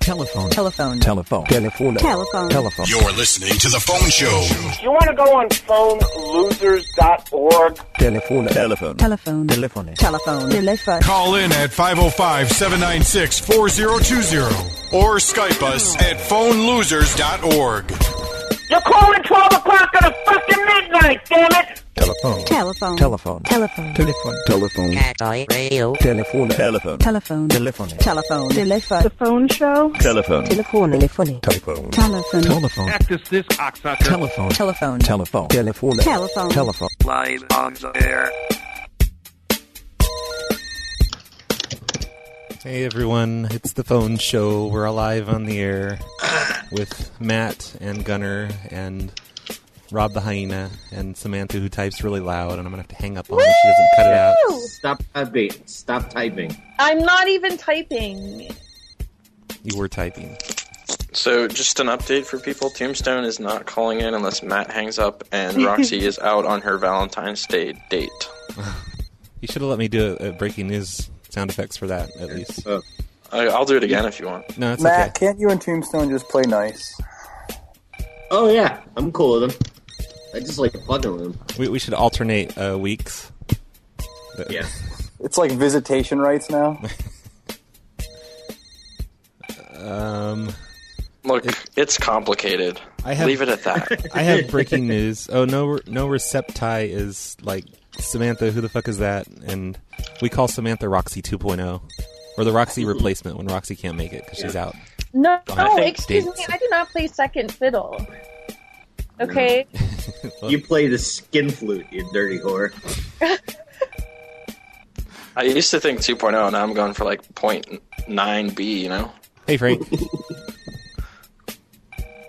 Telephone. Telephone. Telephone. Telephone. Telephone. Telephone. You're listening to The Phone Show. You want to go on phonelosers.org? Telephone. Telephone. Telephone. Telephone. Telephone. Telephone. Call in at 505 796 4020 or Skype us at phonelosers.org. You're calling 12 o'clock on a fucking midnight, damn it! Telephone. Telephone. Telephone. Telephone. Telephone. Telephone. Cat Radio. Telephone. Telephone. Telephone. Telephone. Telephone. Telephone. The phone show? Telephone. Telephone. Telephone. Telephone. Telephone. Telephone. Practice this, cocksucker. Telephone. Telephone. Telephone. Telephone. Telephone. Telephone. Live on the air. Hey everyone, it's the phone show. We're alive on the air with Matt and Gunner and Rob the hyena and Samantha who types really loud, and I'm gonna have to hang up on her if she doesn't cut it out. Stop typing. Stop typing. I'm not even typing. You were typing. So, just an update for people: Tombstone is not calling in unless Matt hangs up, and Roxy is out on her Valentine's Day date. You should have let me do a, a breaking news sound effects for that at least. Oh, I, I'll do it again if you want. No, it's Matt, okay. can't you and Tombstone just play nice? oh yeah, I'm cool with him. I just like plugging with him. We, we should alternate uh, weeks. Yes. It's like visitation rights now. Um, Look, it's complicated. I have- Leave it at that. I have breaking news. Oh no, no Recepti is like Samantha. Who the fuck is that? And we call Samantha Roxy 2.0, or the Roxy replacement when Roxy can't make it because she's out. Mm-hmm. No, I think excuse dates- me. I do not play second fiddle. Okay. You play the skin flute, you dirty whore. I used to think 2.0, and I'm going for like 0.9b. You know, Hey Frank.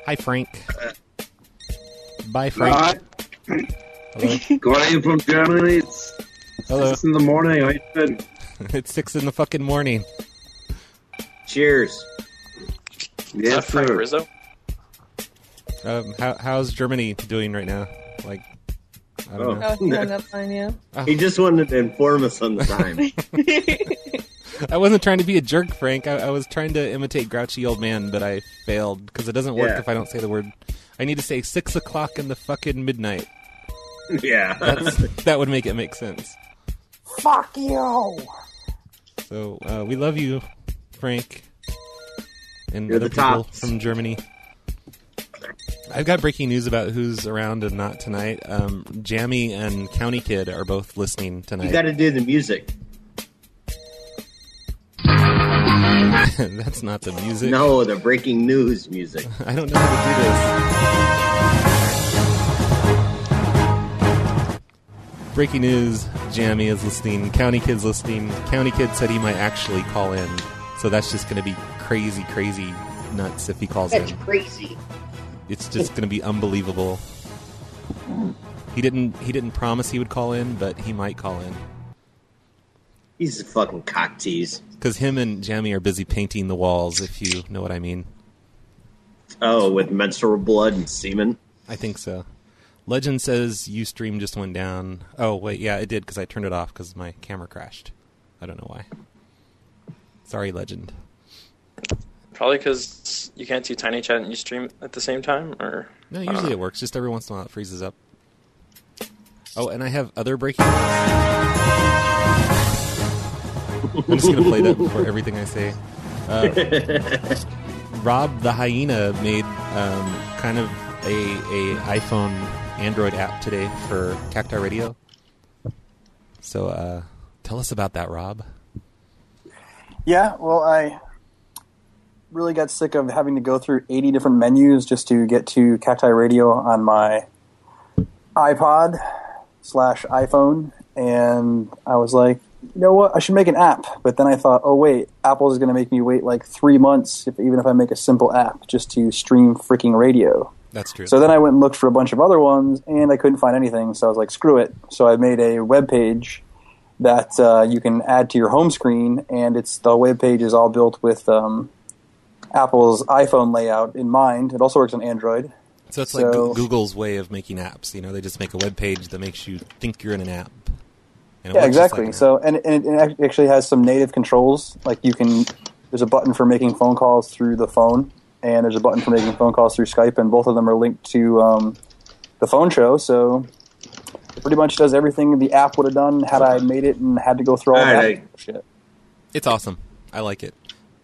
Hi Frank. Bye Frank. Hello. Going from Germany, it's Hello. in the morning. I been It's six in the fucking morning. Cheers. is that Uh, Frank Rizzo? Um, how, how's Germany doing right now? Like, I don't Oh. know. Ah. Oh, he hung up on you. Uh. He just wanted to inform us on the time. I wasn't trying to be a jerk, Frank. I, I was trying to imitate grouchy old man, but I failed because it doesn't work Yeah. if I don't say the word. I need to say six o'clock in the fucking midnight. yeah. That's, that would make it make sense. Fuck you! So uh, we love you, Frank, and You're other the people tops. from Germany. I've got breaking news about who's around and not tonight. Um, Jammy and County Kid are both listening You tonight. got to do the music. That's not the music. No, the breaking news music. I don't know how to do this. Breaking news: Jammy is listening. County Kid's listening. County Kid said he might actually call in, so that's just going to be crazy, crazy nuts if he calls in. crazy. It's just going to be unbelievable. He didn't. He didn't promise he would call in, but he might call in He's a fucking cock tease. because him and Jammy are busy painting the walls. If you know what I mean. Oh, with menstrual blood and semen. I think so. Legend says you stream just went down. Oh wait, yeah, it did because I turned it off because my camera crashed. I don't know why. Sorry, Legend. Probably because you can't do Tiny Chat and Ustream at the same time, or No, I don't usually know. it works. Just every once in a while it freezes up. Oh, and I have other breaking. news. I'm just gonna play that before everything I say. Uh, Rob the hyena made um, kind of a, a iPhone Android app today for Cacti Radio. So uh, tell us about that, Rob. Yeah, well, I really got sick of having to go through 80 different menus just to get to Cacti Radio on my iPod slash iPhone, and I was like, you know what? I should make an app. But then I thought, oh wait, Apple's going to make me wait like three months, if, even if I make a simple app just to stream freaking radio. That's true. So then I went and looked for a bunch of other ones, and I couldn't find anything. So I was like, "Screw it!" So I made a web page that uh, you can add to your home screen, and it's the web page is all built with um, Apple's iPhone layout in mind. It also works on Android. So it's like Goo So- Google's way of making apps. You know, they just make a web page that makes you think you're in an app. And it Yeah, works just exactly. like an app. so and, and it- it ac- actually has some native controls, like you can There's a button for making phone calls through the phone, and there's a button for making phone calls through Skype, and both of them are linked to um, the phone show. So it pretty much does everything the app would have done had I made it and had to go through all, All that right. shit. It's awesome. I like it.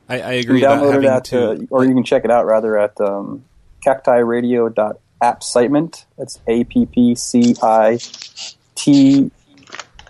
I, I You agree can about download it having at, to. uh, or you can check it out rather at um, cactiradio.appsitement. That's A P P C I T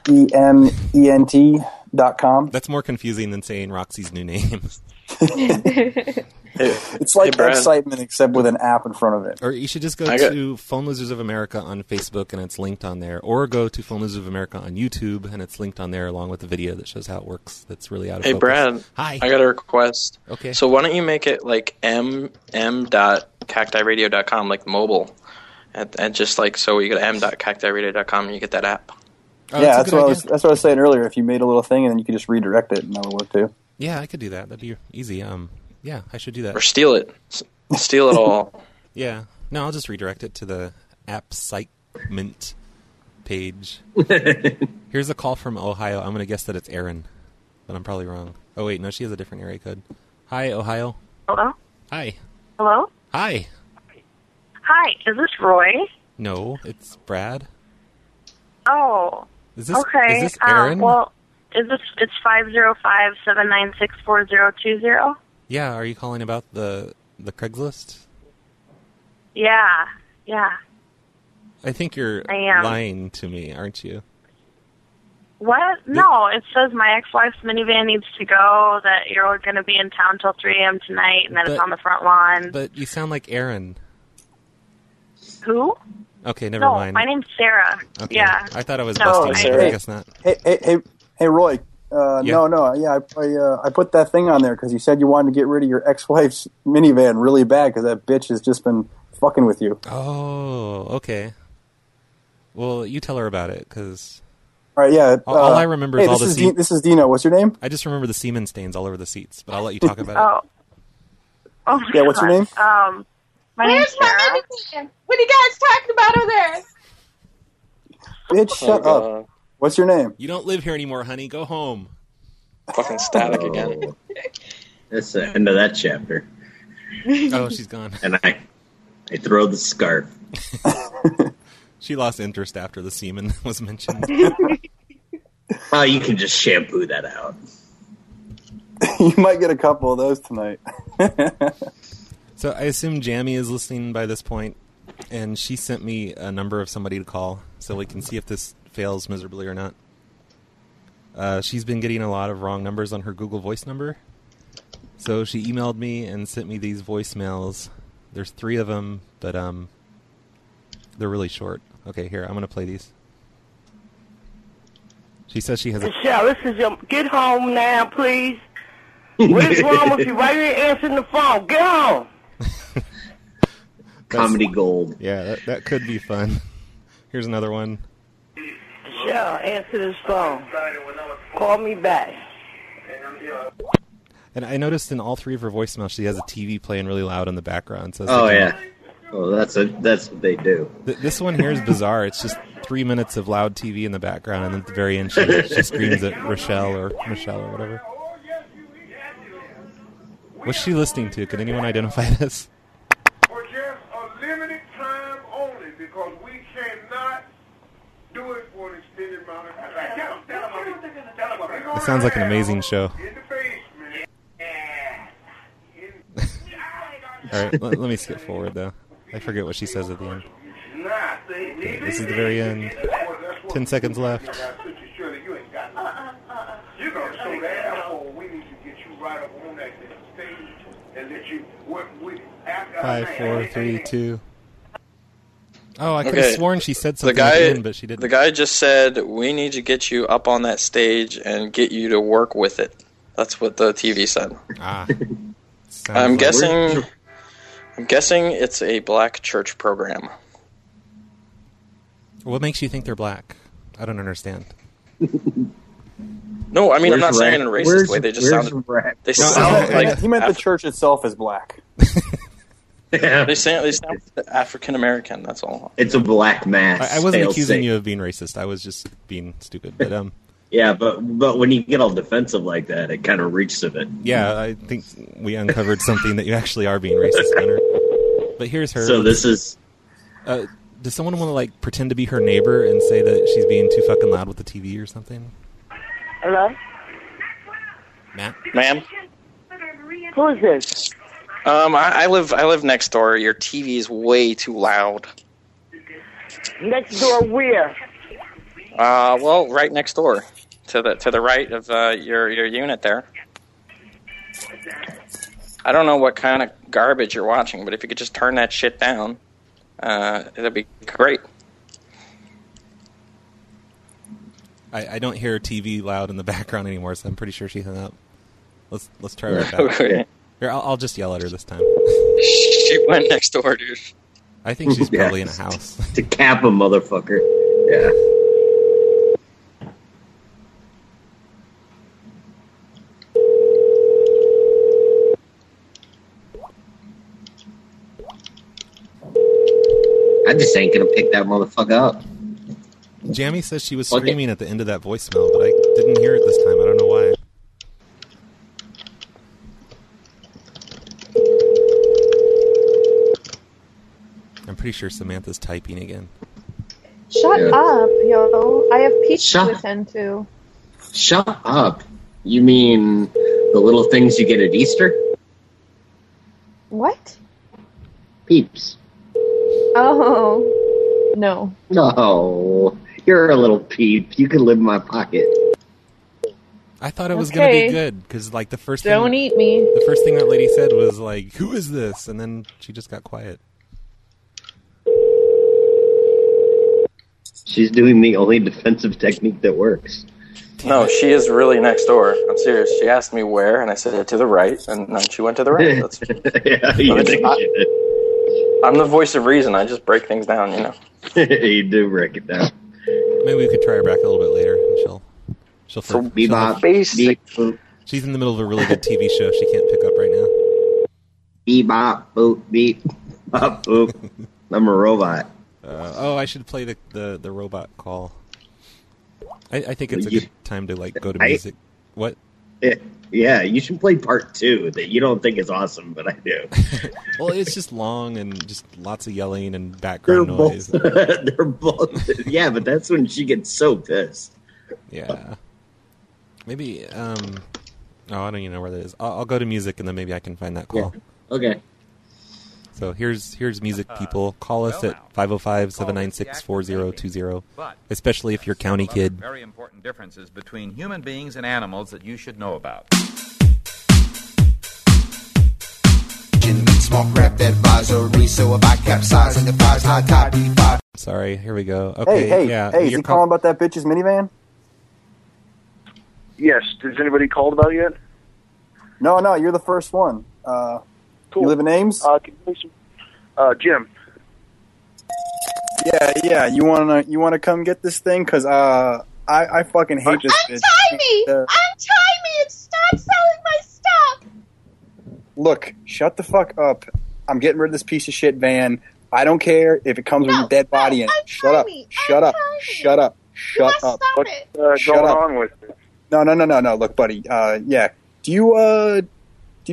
E M E N T dot com. That's more confusing than saying Roxy's new name. Hey, It's like Brad. excitement except with an app in front of it. or you should just go I got- to Phone Losers of America on Facebook and it's linked on there. Or go to Phone Losers of America on YouTube and it's linked on there along with the video that shows how it works. That's really out of hey focus. Brad, Hi. I got a request. Okay. So why don't you make it like m m dot cactiradio.com like mobile, and, and just like so you go to m dot cactiradio.com and you get that app. Oh, yeah, a that's good what I idea. was. That's what I was saying earlier. If you made a little thing and then you could just redirect it, and that would work too. Yeah, I could do that. That'd be easy. Um, yeah, I should do or that. steal it, S- steal it all. Yeah. No, I'll just redirect it to the app site mint page. Here's a call from Ohio. I'm going to guess that it's Erin, but I'm probably wrong. Oh, wait. No, she has a different area code. Hi, Ohio. Hello? Hi. Hello? Hi. Hi, is this Roy? No, it's Brad. Oh, Is this, okay. is this Um, Erin? well, is this, it's 505 796 4020? yeah, are you calling about the, the Craigslist? Yeah, yeah. I think you're I am. lying to me, aren't you? What? No, it says my ex-wife's minivan needs to go. That you're going to be in town till 3 a.m. tonight, and that it's But- on the front lawn. But you sound like Erin. Who? Okay, never No, mind. my name's Sarah. okay. Yeah. I thought I was No, busting I- you, but I Hey. guess not. Hey, hey, hey, hey, Roy. Uh, Yeah. No, no, yeah, I I, uh, I put that thing on there because you said you wanted to get rid of your ex-wife's minivan really bad because that bitch has just been fucking with you. Oh, okay. Well, you tell her about it because All right, yeah. All- all uh, I remember is hey, this all the is scene- Di- this is Dino. What's your name? I just remember the semen stains all over the seats. But I'll let you talk about Oh. Oh my Yeah, what's your God. name? Um, my name's Where's Sarah. my minivan? What are you guys talking about over there? Bitch, shut up. What's your name? it. You don't live here anymore, honey. Go home. Fucking static Oh. again. That's the end of that chapter. oh, she's gone. And I, I throw the scarf. She lost interest after the semen was mentioned. Oh, you can just shampoo that out. you might get a couple of those tonight. so I assume Jamie is listening by this point, and she sent me a number of somebody to call so we can see if this fails miserably or not. Uh, she's been getting a lot of wrong numbers on her Google Voice number. So she emailed me and sent me these voicemails. There's three of them, but um, they're really short. Okay, here I'm gonna play these. She says she has a Michelle, this is your. Get home now, please. What is wrong with you? Why you ain't answering the phone? Get home. Comedy gold. yeah. That, that could be fun. Here's another one. Michelle, answer this phone. Call me back. And I noticed in all three of her voicemails, she has a TV playing really loud in the background. So it's Oh like, yeah. Oh, that's a that's what they do. th- this one here is bizarre. It's just three minutes of loud TV in the background, and then at the very end, she, she screams at Rochelle or Michelle or whatever. What's she listening to? Can anyone identify this? for just a limited time only because we cannot do it for an extended amount of time. Tell 'em, tell 'em, tell 'em, tell 'em. It sounds like an amazing show. In the basement. All right, let, let me skip forward though. I forget what she says at the end. Nah, see, Okay, this is the very end. Ten seconds left. Shirley, you ain't got nothing. You know, so therefore, we need to get you right up on that stage and let you, what we, after. Five, four, three, two. Oh, I could have Okay. sworn she said The something at guy, the end, but she didn't. the guy just said, "We need to get you up on that stage and get you to work with it." That's what the TV said. Ah. Sounds I'm like- guessing. I'm guessing it's a black church program. What makes you think they're black? I don't understand. No, I mean I'm not Where's saying Rack- it in a where's- racist way. They just where's sounded. Rack? They No, sound I- like he meant the Af- church itself is black. they sound they sound African American. That's all. It's a black mass. I, I wasn't Fail accusing safe. you of being racist. I was just being stupid. But um, Yeah, but but when you get all defensive like that, it kind of reeks of it. Yeah, I think we uncovered something that you actually are being racist, Gunner. But here's her. So this is. Uh, does someone want to like pretend to be her neighbor and say that she's being too fucking loud with the TV or something? Hello? Matt, ma'am. Who is this? Um, I, I live I live next door. Your TV is way too loud. Next door where? Uh, well, right next door, to the to the right of uh, your your unit there. I don't know what kind of garbage you're watching, but if you could just turn that shit down, uh, it'd be great. I, I don't hear TV loud in the background anymore, so I'm pretty sure she hung up. Let's let's try Yeah. right back. Okay. Here, I'll, I'll just yell at her this time. She went next door, dude. I think she's Yeah. probably in a house. To cap a motherfucker. Yeah. I just ain't gonna pick that motherfucker up. Jammy says she was Okay. screaming at the end of that voicemail, but I didn't hear it this time. I don't know why. I'm pretty sure Samantha's typing again. Shut Yeah. up, yo. I have peach Shut- to attend to. Shut up. You mean the little things you get at Easter? What? Peeps. Oh. No. No. You're a little peep. You can live in my pocket. I thought it was gonna be Okay. good because, like, the first Don't thing, eat me. the first thing that lady said was like, "Who is this?" and then she just got quiet. She's doing the only defensive technique that works. No, she is really next door. I'm serious. She asked me where, and I said to the right, and then she went to the right. That's, yeah, you, think I'm the voice of reason. I just break things down, you know. you do break it down. Maybe we could try her back a little bit later. And she'll she'll, So she'll- bebop, Basic. beep, She's in the middle of a really good TV show. She can't pick up right now. bebop, boop, beep, bop, boop. I'm a robot. Uh, oh, I should play the, the, the robot call. I, I think it's a You- good time to like go to I- music. what? Yeah, you should play part two that you don't think is awesome, but I do. Well, it's just long and just lots of yelling and They're background both. noise. they're both. Yeah, but that's when she gets so pissed. Yeah. Maybe. Um. Oh, I don't even know where that is. I'll, I'll go to music and then maybe I can find that call. Okay. So here's here's music people. Call us at 505-796-4020. Especially if you're county kid. Very important differences between human beings and animals that you should know about. Smoke rap advisory, so if I capsize and the five's not top, be five. Sorry. Here we go. Okay. hey, hey, yeah. hey! Is you're he call- calling about that bitch's minivan? Yes. Has anybody called about it yet? No, no, you're the first one. Uh, You live in Ames? Uh, can you make some, uh, Jim. Yeah, yeah. You wanna you wanna come get this thing? Cause uh, I I fucking hate this bitch. Uh, Untie me and stop selling my stuff! look, shut the fuck up. I'm getting rid of this piece of shit van. I don't care if it comes with a dead body in it. Shut up. Shut up. Shut up. Shut up. What's uh, Shut going up. on with it? No, no, no, no, no. Look, buddy. Uh, yeah. Do you uh, do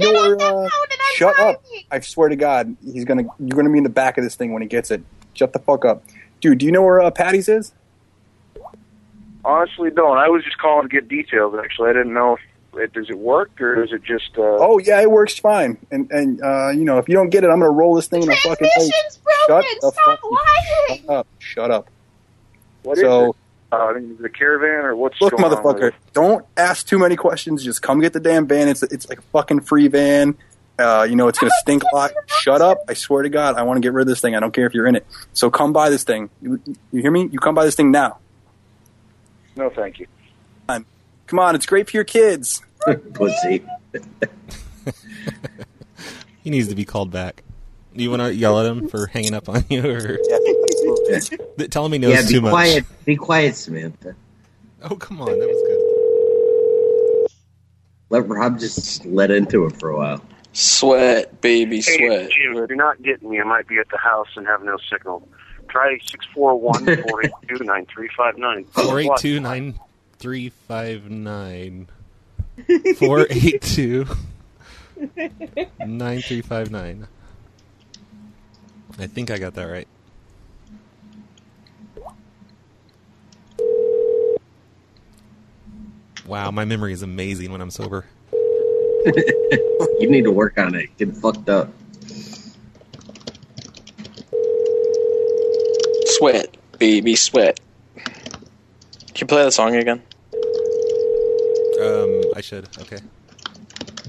you know where? Uh, shut up! I swear to God, he's gonna. You're gonna be in the back of this thing when he gets it. Shut the fuck up, dude. Do you know where uh, Patty's is? Honestly, don't. I was just calling to get details. Actually, I didn't know if it, does it work or is it just. Uh, Oh yeah, it works fine. And and uh, you know, if you don't get it, I'm gonna roll this thing in a fucking plate. Transmission's Shut broken! the Stop fuck lying! up! Shut up! What is so it? Uh, I mean, the caravan or what's look, going on with motherfucker, it? don't ask too many questions. Just come get the damn van. It's it's like a fucking free van. Uh, you know it's gonna stink a lot. Shut up! I swear to God, I want to get rid of this thing. I don't care if you're in it. So come buy this thing. You, you hear me? You come buy this thing now. No, thank you. Come on, it's great for your kids. Pussy. he needs to be called back. Do you want to yell at him for hanging up on you, or Th- tell him he knows yeah, be too much? quiet. Be quiet, Samantha. Oh come on, that was good. Let Rob just let into it for a while. Sweat, baby, Hey, sweat. Jim, if you're not getting me, I might be at the house and have no signal. Try six four one four eight two nine three five nine. Four eight two nine three five nine four eight two nine three five nine. I think I got that right. Wow, my memory is amazing when I'm sober. you need to work on it. Get fucked up. Sweat, baby, sweat. Can you play the song again? Um, I should. Okay,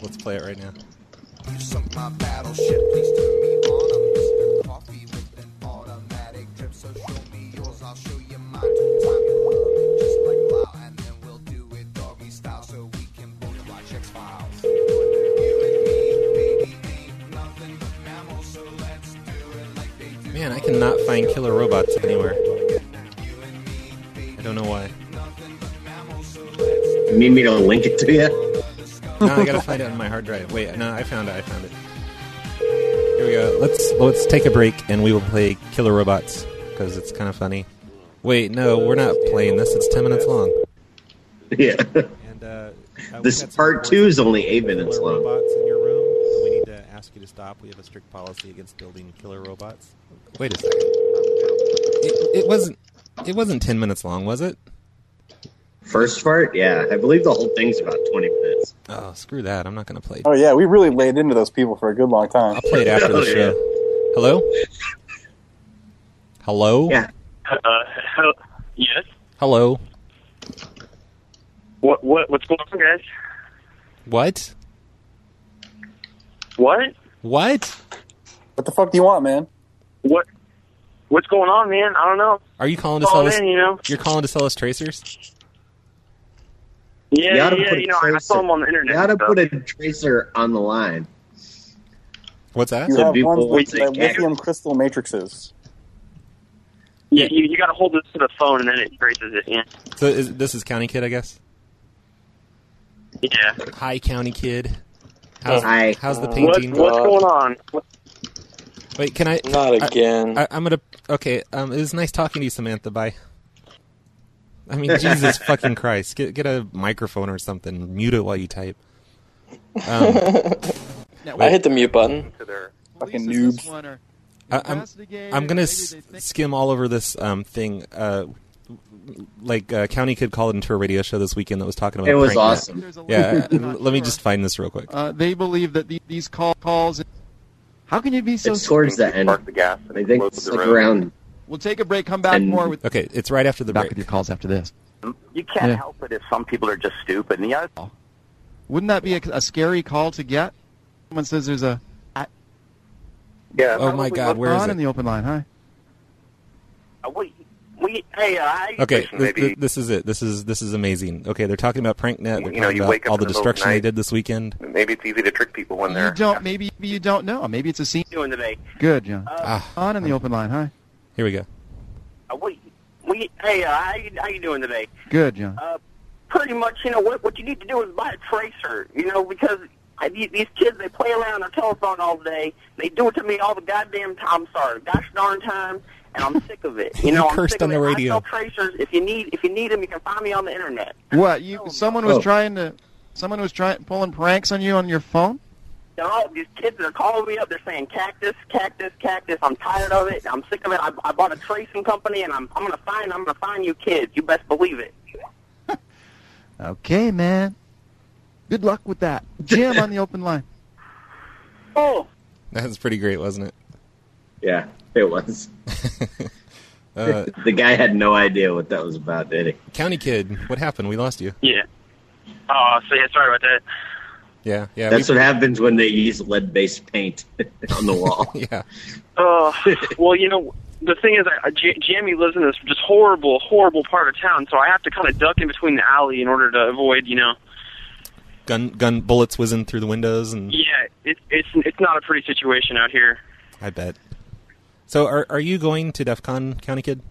let's play it right now. You sunk my battleship, please turn me on. I'm Mr. Coffee with an automatic drip, so show me yours, I'll show you mine. Two time you love it, just like wow, and then we'll do it doggy style, so we can both watch X Files. Man, I cannot find killer robots anywhere. I don't know why. You need me to link it to you? No, I gotta find it on my hard drive. Wait, no, I found it. I found it. Here we go. Let's let's take a break and we will play Killer Robots because it's kind of funny. Wait, no, we're not playing this. It's ten minutes long. Yeah. And uh, this part two is only eight minutes long. Robots in your room. and We need to ask you to stop. We have a strict policy against building killer robots. Wait a second. It, it wasn't. It wasn't ten minutes long, was it? First part, yeah. I believe the whole thing's about twenty minutes. Oh, screw that. I'm not gonna play. Oh yeah, we really laid into those people for a good long time. I'll play it Oh, after the show. Hello. Hello. Yeah. Uh, hello. Yes. Hello. What? What? What's going on, guys? What? What? What? What the fuck do you want, man? What? What's going on, man? I don't know. Are you calling to Calling sell us? in, you know. You're calling to sell us tracers? Yeah, You oughta yeah. put a You know, I- I saw tracer- him on the internet. You ought to and stuff. put a tracer on the line. What's that? You Some have people ones would with say that cat. lithium crystal matrices. Yeah, you, you got to hold this to the phone, and then it traces it. Yeah. So is, this is County Kid, I guess. Yeah. Hi, County Kid. How's, Oh. Hi. how's the What- painting? what's going on? Wait, can I? Not again. I, I, am gonna. Okay. Um, it was nice talking to you, Samantha. Bye. I mean, Jesus fucking Christ! Get get a microphone or something. Mute it while you type. Um, I hit the mute button. Fucking noobs. I, I'm I'm gonna s- skim all over this um thing. Uh, like uh, County Kid called into a radio show this weekend that was talking about. It was prank net. awesome. Yeah. uh, let me just find this real quick. Uh, they believe that the, these call, calls. How can you be so? It's towards the end. I think it's like around. We'll take a break. Come back And- more with. Okay, it's right after the back break. with your calls after this. You can't Yeah. Oh. help it if some people are just stupid. And the other, Wouldn't that be a, a scary call to get? Someone says there's a. yeah. Oh my God, where on is it? in the open line? Hi. We, hey, uh, how you Okay, fishing, this, baby? this, this is it. This is this is amazing. Okay, they're talking about PrankNet. You They're know, talking you about wake up all in the the middle of destruction the they night. did this weekend. Maybe it's easy to trick people when You don't. Maybe you don't know. Maybe it's a scene. doing Uh, today. Good, John. Ah. on in the open line. Hi. Here we go. Uh, we, we, hey, uh, how you, how you doing today? Good, John. Uh, pretty much, you know what? What you need to do is buy a tracer. You know, because I, these these kids they play around on their telephone all day. They do it to me all the goddamn time. I'm Sorry, gosh darn time, and I'm sick of it. You You know, I'm cursed sick on of the it. radio. I sell tracers. If you need, if you need them, you can find me on the internet. What you? Someone was Oh. trying to. Someone was trying pulling pranks on you on your phone. They're all these kids that are calling me up. They're saying cactus, cactus, cactus. I'm tired of it. I'm sick of it. I, I bought a tracing company, and I'm I'm gonna find I'm gonna find you kids. You best believe it. Okay, man. Good luck with that. Jim on the open line. Oh, That was pretty great, wasn't it? Yeah, it was. Uh, the guy had no idea what that was about, did he? County Kid, what happened? We lost you. Yeah. Oh, so yeah. Sorry about that. Yeah, yeah. That's we- what happens when they use lead-based paint on the wall. yeah. Uh, well, you know, the thing is, I, I, J- Jamie lives in this just horrible, horrible part of town, so I have to kind of duck in between the alley in order to avoid, you know. Gun gun bullets whizzing through the windows, and Yeah, it, it's it's not a pretty situation out here. I bet. So, are are you going to DEF CON, County Kid?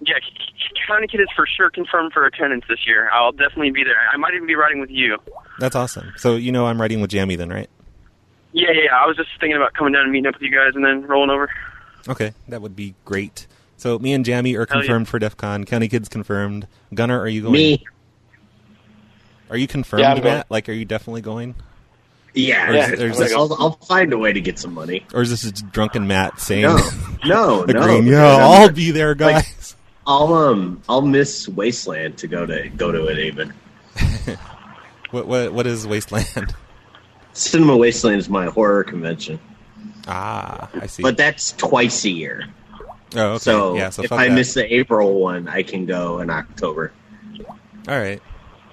Yeah, C- C- County Kid is for sure confirmed for attendance this year. I'll definitely be there. I might even be riding with you. That's awesome. So you know I'm riding with Jamie then, right? Yeah, yeah. I was just thinking about coming down and meeting up with you guys, and then rolling over. Okay, that would be great. So me and Jamie are Hell yeah. confirmed for DEF CON. County Kid's confirmed. Gunner, are you going? Me. Are you confirmed, Yeah, I'm Matt? going. Like, are you definitely going? Yeah, Or is- or is this- I'll, I'll find a way to get some money. Or is this just drunken Matt saying, No, no, agreeing, no. "Yeah, I'll be there, guys." Like, I'll um, I'll miss Wasteland to go to go to it even. what what what is Wasteland? Cinema Wasteland is my horror convention. Ah, I see. But that's twice a year. Oh, okay. So, yeah, so if fuck I that. miss the April one, I can go in October. All right,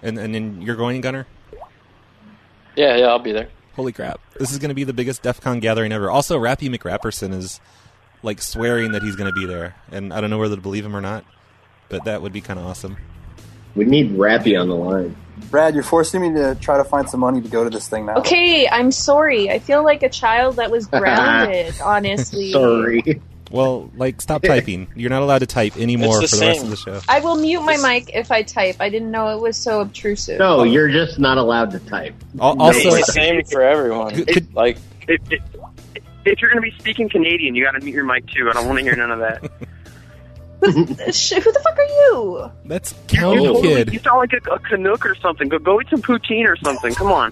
and and then you're going, Gunner. Yeah, yeah, I'll be there. Holy crap! This is going to be the biggest DEF CON gathering ever. Also, Rappy McRapperson is like swearing that he's going to be there, and I don't know whether to believe him or not. But that would be kind of awesome. We need Rappy on the line. Brad, you're forcing me to try to find some money to go to this thing now. Okay, I'm sorry. I feel like a child that was grounded, honestly. Well, like stop typing. You're not allowed to type anymore for It's the the rest same. of the show. I will mute my mic if I type. I didn't know it was so obtrusive. No, you're just not allowed to type. Al- it's the same for everyone. like, If, if, if you're going to be speaking Canadian, you got to mute your mic too. I don't want to hear none of that. Sh- Who the fuck are you? That's you County totally- Kid. You sound like a, a Canuck or something. Go go eat some poutine or something. Come on.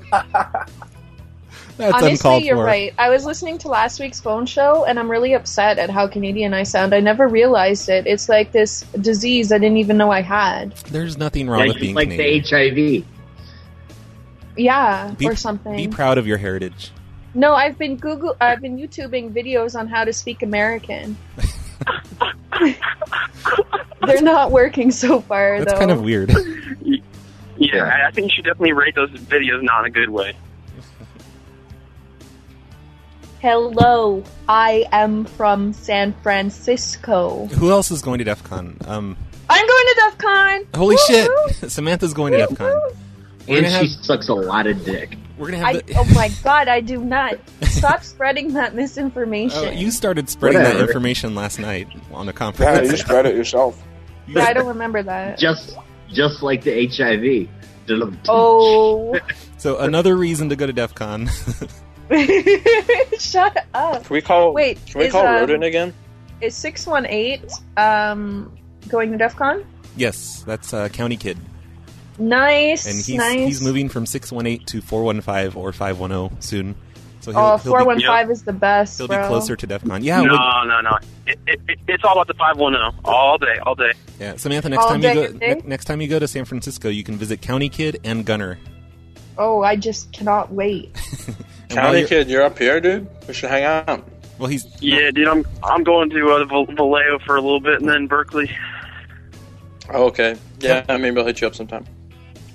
That's Honestly, uncalled you're for. right. I was listening to last week's phone show, and I'm really upset at how Canadian I sound. I never realized it. It's like this disease I didn't even know I had. There's nothing wrong Yeah, with just being like the Canadian. HIV. Yeah, Be- or something. Be proud of your heritage. no, I've been Google. I've been YouTubing videos on how to speak American. They're not working so far, That's though. kind of weird. Yeah, I I think you should definitely rate those videos not in a good way. Hello, I am from San Francisco. Who else is going to DEF CON? Um, I'm going to DEF CON. holy shit! Samantha's going to DEF CON. We're And gonna she have- sucks a lot of dick. We're gonna I, oh my god, I do not. Stop spreading that misinformation. Oh, Uh, you started spreading that Whatever. information last night on a conference. it yourself. Yeah, I don't remember that. Just just like the HIV. Dun- Oh, so another reason to go to DEF CON. shut up. can we call? Wait, can we is, call um, Rodin again? Is 618 um, going to DEF CON? yes, that's uh, County Kid, Nice. and he's nice. he's moving from six one eight to four one five or five one zero soon. So he'll, oh, he'll be- 415 is the best. He'll bro. be closer to DEF CON. Yeah, No, would- no, no. It, it, it, it's all about the five one zero all day, all day. yeah. Samantha, next All time day, you go, okay? ne- next time you go to San Francisco, you can visit County Kid and Gunner. Oh, I just cannot wait. And while County you're- Kid, you're up here, dude. We should hang out. Well, he's Yeah, dude, I'm I'm going to uh, Val- Vallejo for a little bit and then Berkeley. Oh, okay. Yeah, maybe I'll hit you up sometime.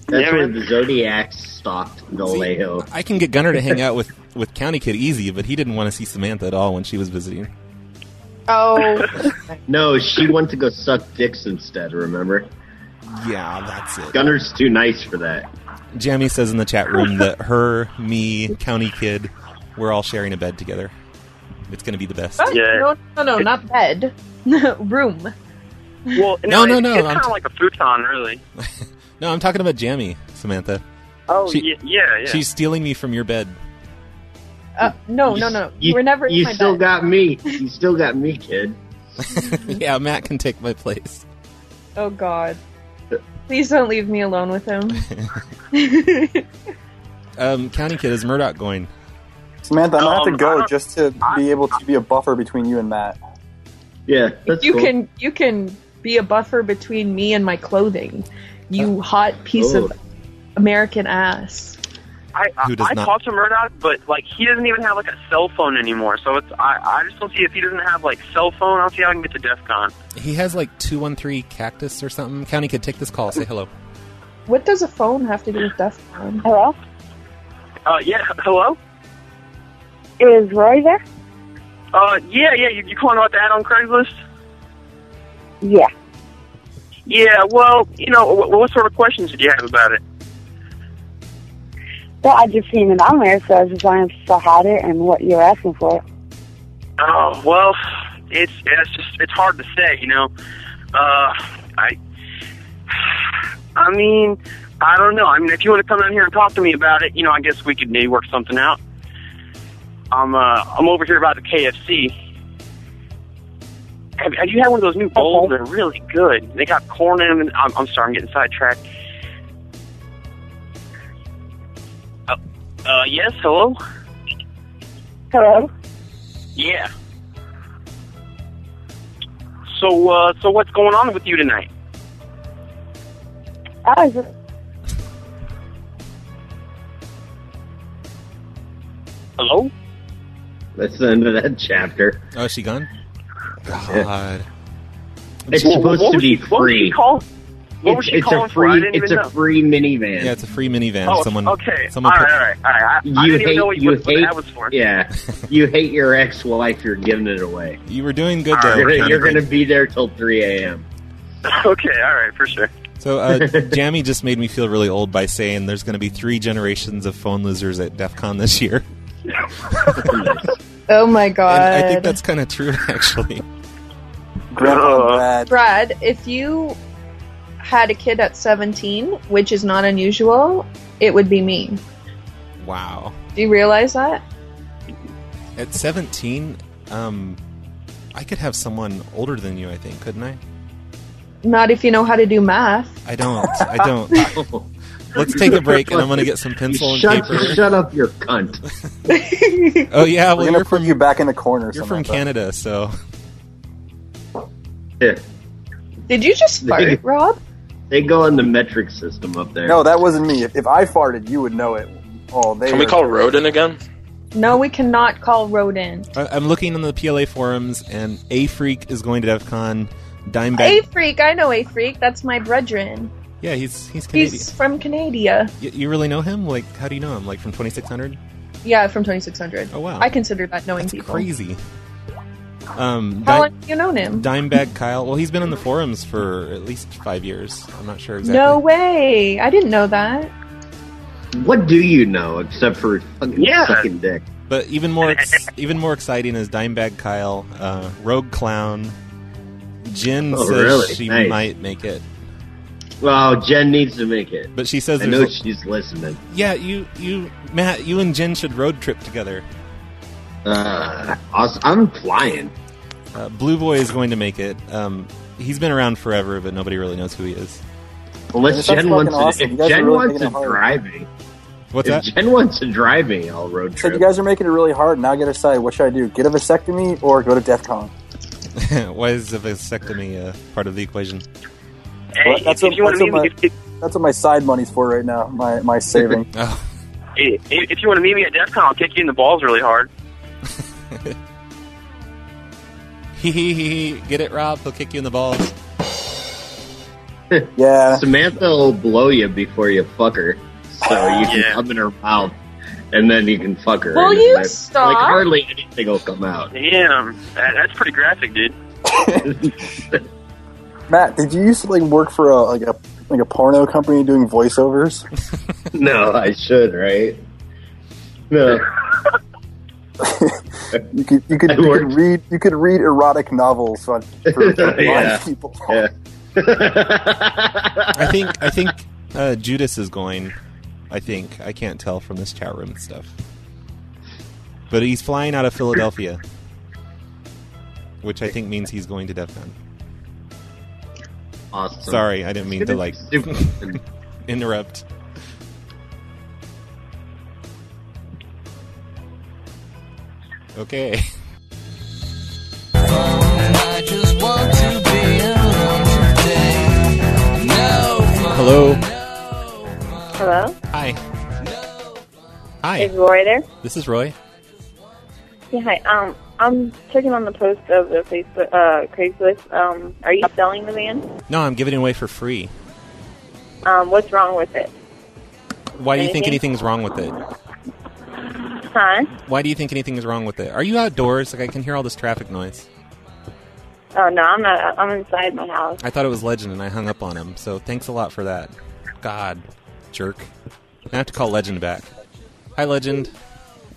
That's Yeah, when man. the Zodiac stalked Vallejo. I can get Gunner to hang out with with County Kid easy, but he didn't want to see Samantha at all when she was visiting. Oh, No, she went to go suck dicks instead, remember? Yeah, that's it. Gunner's too nice for that. Jamie says in the chat room that her, me, County Kid, we're all sharing a bed together. It's going to be the best. What? No, no, no, not bed. Room. Well, No, no, no, It's, I'm kind of like a futon, really. No, I'm talking about Jamie, Samantha. Oh, She- yeah, yeah, yeah. She's stealing me from your bed. Uh, no, no, no. You, You- were never in You my still bed. got me. You still got me, kid. yeah, Matt can take my place. Oh God. Please don't leave me alone with him. Um, County Kid, is Murdoch going? Samantha, I'm gonna have Um, to I go don't- just to be able to be a buffer between you and Matt. Yeah, If you can, you can be a buffer between me and my clothing. You hot piece Oh. of American ass. I I, Who does I not- talked to Murdoch, but like he doesn't even have like a cell phone anymore. So it's I, I just don't see if he doesn't have like cell phone. I don't see how I can get to DEF CON. He has like 213 Cactus or something. County Kid, take this call. Say hello. What does a phone have to do with DEF CON? Hello. Uh, yeah, hello. Is Roy there? Uh, yeah, yeah. You, you calling about the ad on Craigslist? Yeah. Yeah. Well, you know, what, what sort of questions did you have about it? Well, I just seen it on there, so I was just wondering if you still had it and what you're asking for. Oh well, it's it's just it's hard to say, you know. Uh, I, I mean, I don't know. I mean, if you want to come down here and talk to me about it, you know, I guess we could maybe work something out. I'm uh, I'm over here by the KFC. Have, have you had one of those new bowls? They're really good. They got corn in them. And, I'm, I'm sorry, I'm getting sidetracked. Uh, yes, hello? Hello? Yeah. So, uh, so what's going on with you tonight? I Oh, was just, Hello? That's the end of that chapter. Oh, is she gone? God. It's Well, supposed what to was be she- free. what was she Oh. called- what was it's she it's a calling for? I free. didn't It's a even know. free minivan. Yeah, it's a free minivan. Oh, someone, okay. Someone All put- right, all right, all right. I, I didn't even know what, you what, hate, what that was for. Yeah, you hate your ex-wife. You're giving it away. You were doing good though. You're, gonna- you're Jonathan. gonna be there till 3 a.m. okay, all right, for sure. So uh, Jammy just made me feel really old by saying there's going to be three generations of phone losers at DEF CON this year. Oh my god. And I think that's kind of true, actually. Brad, if you had a kid at 17, which is not unusual, it would be me. Wow. Do you realize that? At 17, um, I could have someone older than you, I think, couldn't I? Not if you know how to do math. I don't. I don't. Let's take a break, and I'm going to get some pencil and shut, paper. Shut up, you cunt. Oh, yeah. We're Well, gonna you're put from, you back in the corner. you're somewhere, from but- Canada, so. Did you just fart, Rob? They go on the metric system up there. No, that wasn't me. If, if I farted, you would know it. Oh, they. Can we call Roden again? No, we cannot call Rodin. I- I'm looking on the PLA forums, and A Freak is going to DEF CON. A Dimebag. freak, I know a freak. That's my brethren. yeah, he's he's Canadian. He's from Canada. Y- you really know him? Like, how do you know him? Like from 2600? Yeah, from 2600. Oh, wow. I consider that knowing people. Crazy. Um, How Di- long have you known him? Dimebag Kyle. Well, he's been on the forums for at least five years. I'm not sure exactly. No way. I didn't know that. What do you know except for fucking Yeah. sucking dick? But even more, ex- even more exciting is Dimebag Kyle, uh, Rogue Clown. Jen Oh, says really? she Nice. might make it. Well, Jen needs to make it. But she says I there's know a- she's listening. Yeah, you, you, Matt, you and Jen should road trip together. Uh, awes- I'm flying. Uh, Blue Boy is going to make it. Um, he's been around forever, but nobody really knows who he is. Unless Jen wants, to, if Jen wants to drive me, What's if that? Jen wants to drive me, I'll road So you trip. guys are making it really hard. Now I gotta decide what should I do? Get a vasectomy or go to DEF CON? Why is the vasectomy uh, part of the equation? Hey, Well, that's, if what, you wanna that's what meet my, me- that's what my side money's for right now. My my saving. Hey, If you want to meet me at DEF CON, I'll kick you in the balls really hard. Hee hee hee hee. Get it, Rob? He'll kick you in the balls. yeah, Samantha will blow you before you fuck her, so you can come in her mouth, and then you can fuck her. Oh, Will and you then, stop? Like hardly anything will come out. Damn, that, that's pretty graphic, dude. Matt, did you used to like work for a like a like a porno company doing voiceovers? no, I should, right? No. you could you could, I you could worked- read you could read erotic novels on for, for blind Yeah. people. I think I think uh, Judas is going. I think I can't tell from this chat room and stuff. But he's flying out of Philadelphia, which I think means he's going to DEF CON. Awesome. Sorry, I didn't mean to like interrupt. Okay. I just want to be alone today. No. Hello. Hello? Hi. Hi. Is Roy there? This is Roy. Yeah, hi. Um, I'm checking on the post of the Facebook, uh, Craigslist. Um, are you selling the van? No, I'm giving it away for free. Um, what's wrong with it? Why do you think Anything? anything's wrong with it? Huh? Why do you think anything is wrong with it? Are you outdoors? Like I can hear all this traffic noise. Oh, no, I'm not. I'm inside my house. I thought it was Legend, and I hung up on him. So thanks a lot for that. God, jerk. I have to call Legend back. Hi, Legend.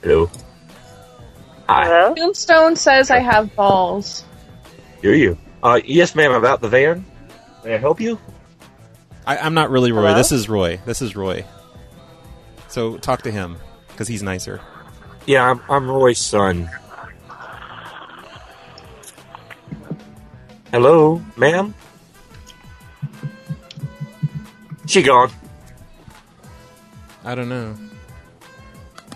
Hello. Hello? Tombstone says I have balls. Do you? Uh, yes, ma'am. About the van. May I help you? I, I'm not really Roy. Hello? This is Roy. This is Roy. So talk to him because he's nicer. Yeah, I'm, I'm Roy's son. Hello, ma'am. She gone. I don't know.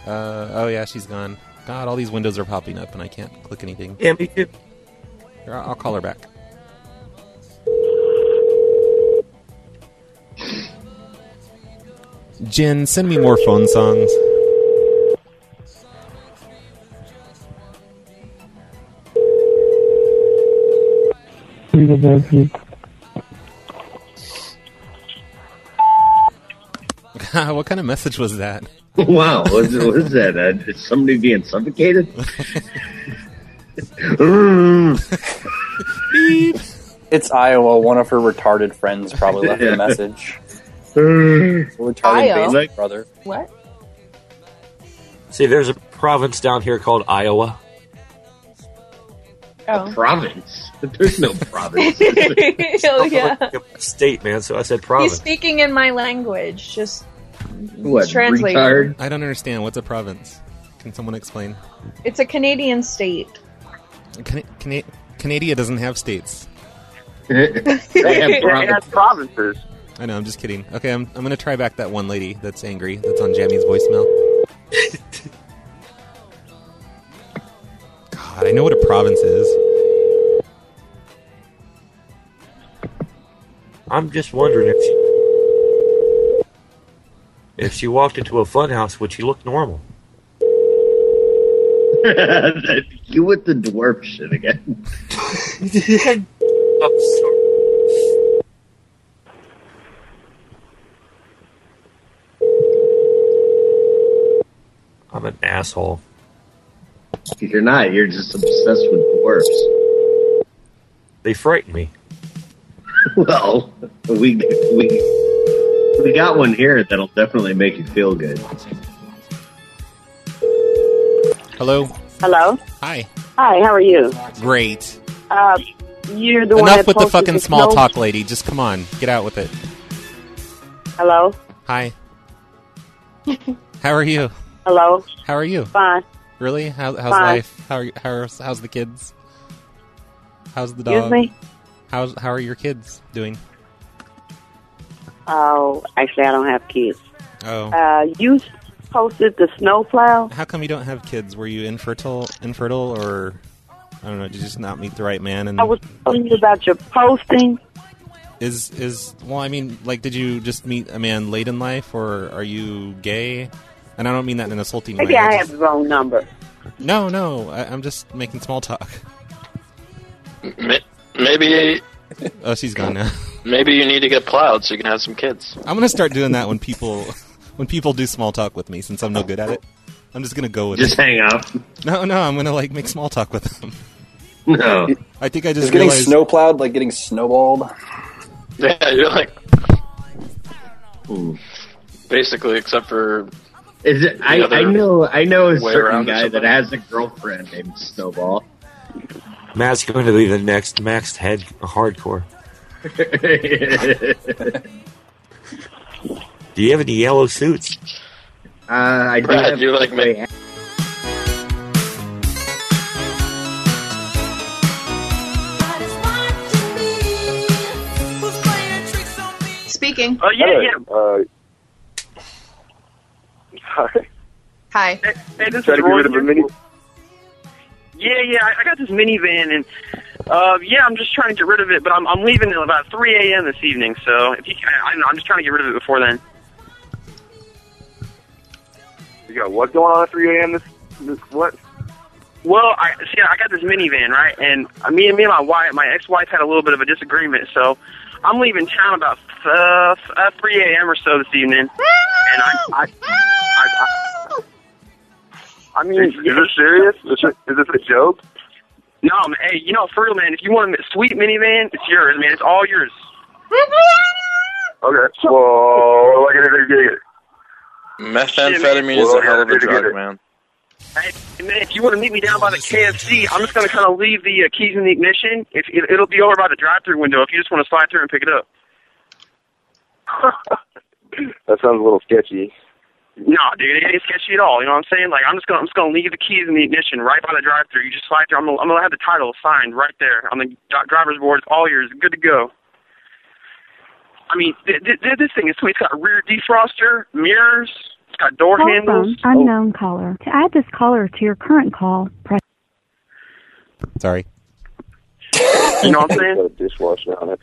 Uh, oh yeah, she's gone. God, all these windows are popping up, and I can't click anything. Yeah, me too. Here, I'll I'll call her back. Jen, send me more phone songs. Mm-hmm. what kind of message was that? Wow, what is, what is that? Uh, is somebody being suffocated? It's Iowa. One of her retarded friends probably left Yeah. a message. retarded Iowa? basement brother. What? See, there's a province down here called Iowa. Oh. province? There's no province. oh yeah. State, man. So I said He's province. speaking in my language. Just What? translate. retard? I don't understand. What's a province? Can someone explain? it's a Canadian state. Can- Can- Canada doesn't have states. They have provinces. provinces. I know. I'm just kidding. Okay, I'm, I'm gonna try back that one lady that's angry that's on Jamie's voicemail. God, I know what a province is. I'm just wondering if she, if she walked into a funhouse, would she look normal? you with the dwarf shit again. I'm an asshole. You're not. You're just obsessed with dwarfs. They frighten me. Well, we we we got one here that'll definitely make you feel good. Hello. Hello. Hi. Hi. How are you? Great. Um, Uh, you're the one. Enough that with the posted fucking small snow- talk, lady. Just come on, get out with it. Hello. Hi. How are you? Hello. How are you? Fine. Really? How, how's Fine. life? How are you, how's, how's the kids? How's the Excuse dog? me. How's how are your kids doing? Oh, actually, I don't have kids. Oh, Uh, you posted the snowplow. how come you don't have kids? Were you infertile, infertile, or I don't know? Did you just not meet the right man? And I was telling you about your posting. is is well, I mean, like, did you just meet a man late in life, or are you gay? And I don't mean that in an insulting Maybe way. I just- have the wrong number. No, no, I, I'm just making small talk. Ma- Maybe Oh, she's gone now. maybe you need to get plowed so you can have some kids. I'm gonna start doing that when people when people do small talk with me, since I'm no good at it. I'm just gonna go with Just it. hang up. No, no, I'm gonna like make small talk with them. No. I think I Is just getting realized. snowplowed like getting snowballed? Yeah, you're like basically, except for Is it? I, The other I know. I know a way certain around or guy that something. has a girlfriend named Snowball. Matt's going to be the next Max head hardcore. Do you have any yellow suits? Uh, I do Brad, have you like me. Speaking. Oh yeah, yeah. Uh, Sorry. Hi. Hey, this Try is to get Roy rid of a here. mini. Yeah, yeah. I, I got this minivan, and uh, yeah, I'm just trying to get rid of it. But I'm, I'm leaving at about 3 a.m. this evening. So if you, can, I, I don't know, I'm just trying to get rid of it before then. You got what going on at 3 a.m. This, this what? Well, I see. I got this minivan, right? And uh, me and me and my wife, my ex-wife, had a little bit of a disagreement. So I'm leaving town about uh, f- uh, 3 a.m. or so this evening. And I, I, I, I, I mean, Is, is this serious? Is this, is this a joke? no, man, hey, you know, for real, man. If you want a sweet minivan, it's yours, man. It's all yours. Okay. Whoa! Like it, get it. methamphetamine is Well, a hell of yeah, a I did get drug, it. man. Hey, man, if you want to meet me down by the KFC, I'm just going to kind of leave the uh, keys in the ignition. If it, it'll be over by the drive-through window. If you just want to slide through and pick it up. That sounds a little sketchy. No, dude, it ain't sketchy at all. You know what I'm saying? Like, I'm just gonna, I'm just gonna leave the keys in the ignition right by the drive-through. You just slide through. I'm gonna, I'm gonna have the title signed right there on the dri- driver's board. It's all yours. Good to go. I mean, th- th- th- this thing is sweet. It's got a rear defroster, mirrors, It's got door Call handles. from unknown caller. To add this caller to your current call, press. Sorry. You know what I'm saying? Got a dishwasher on it.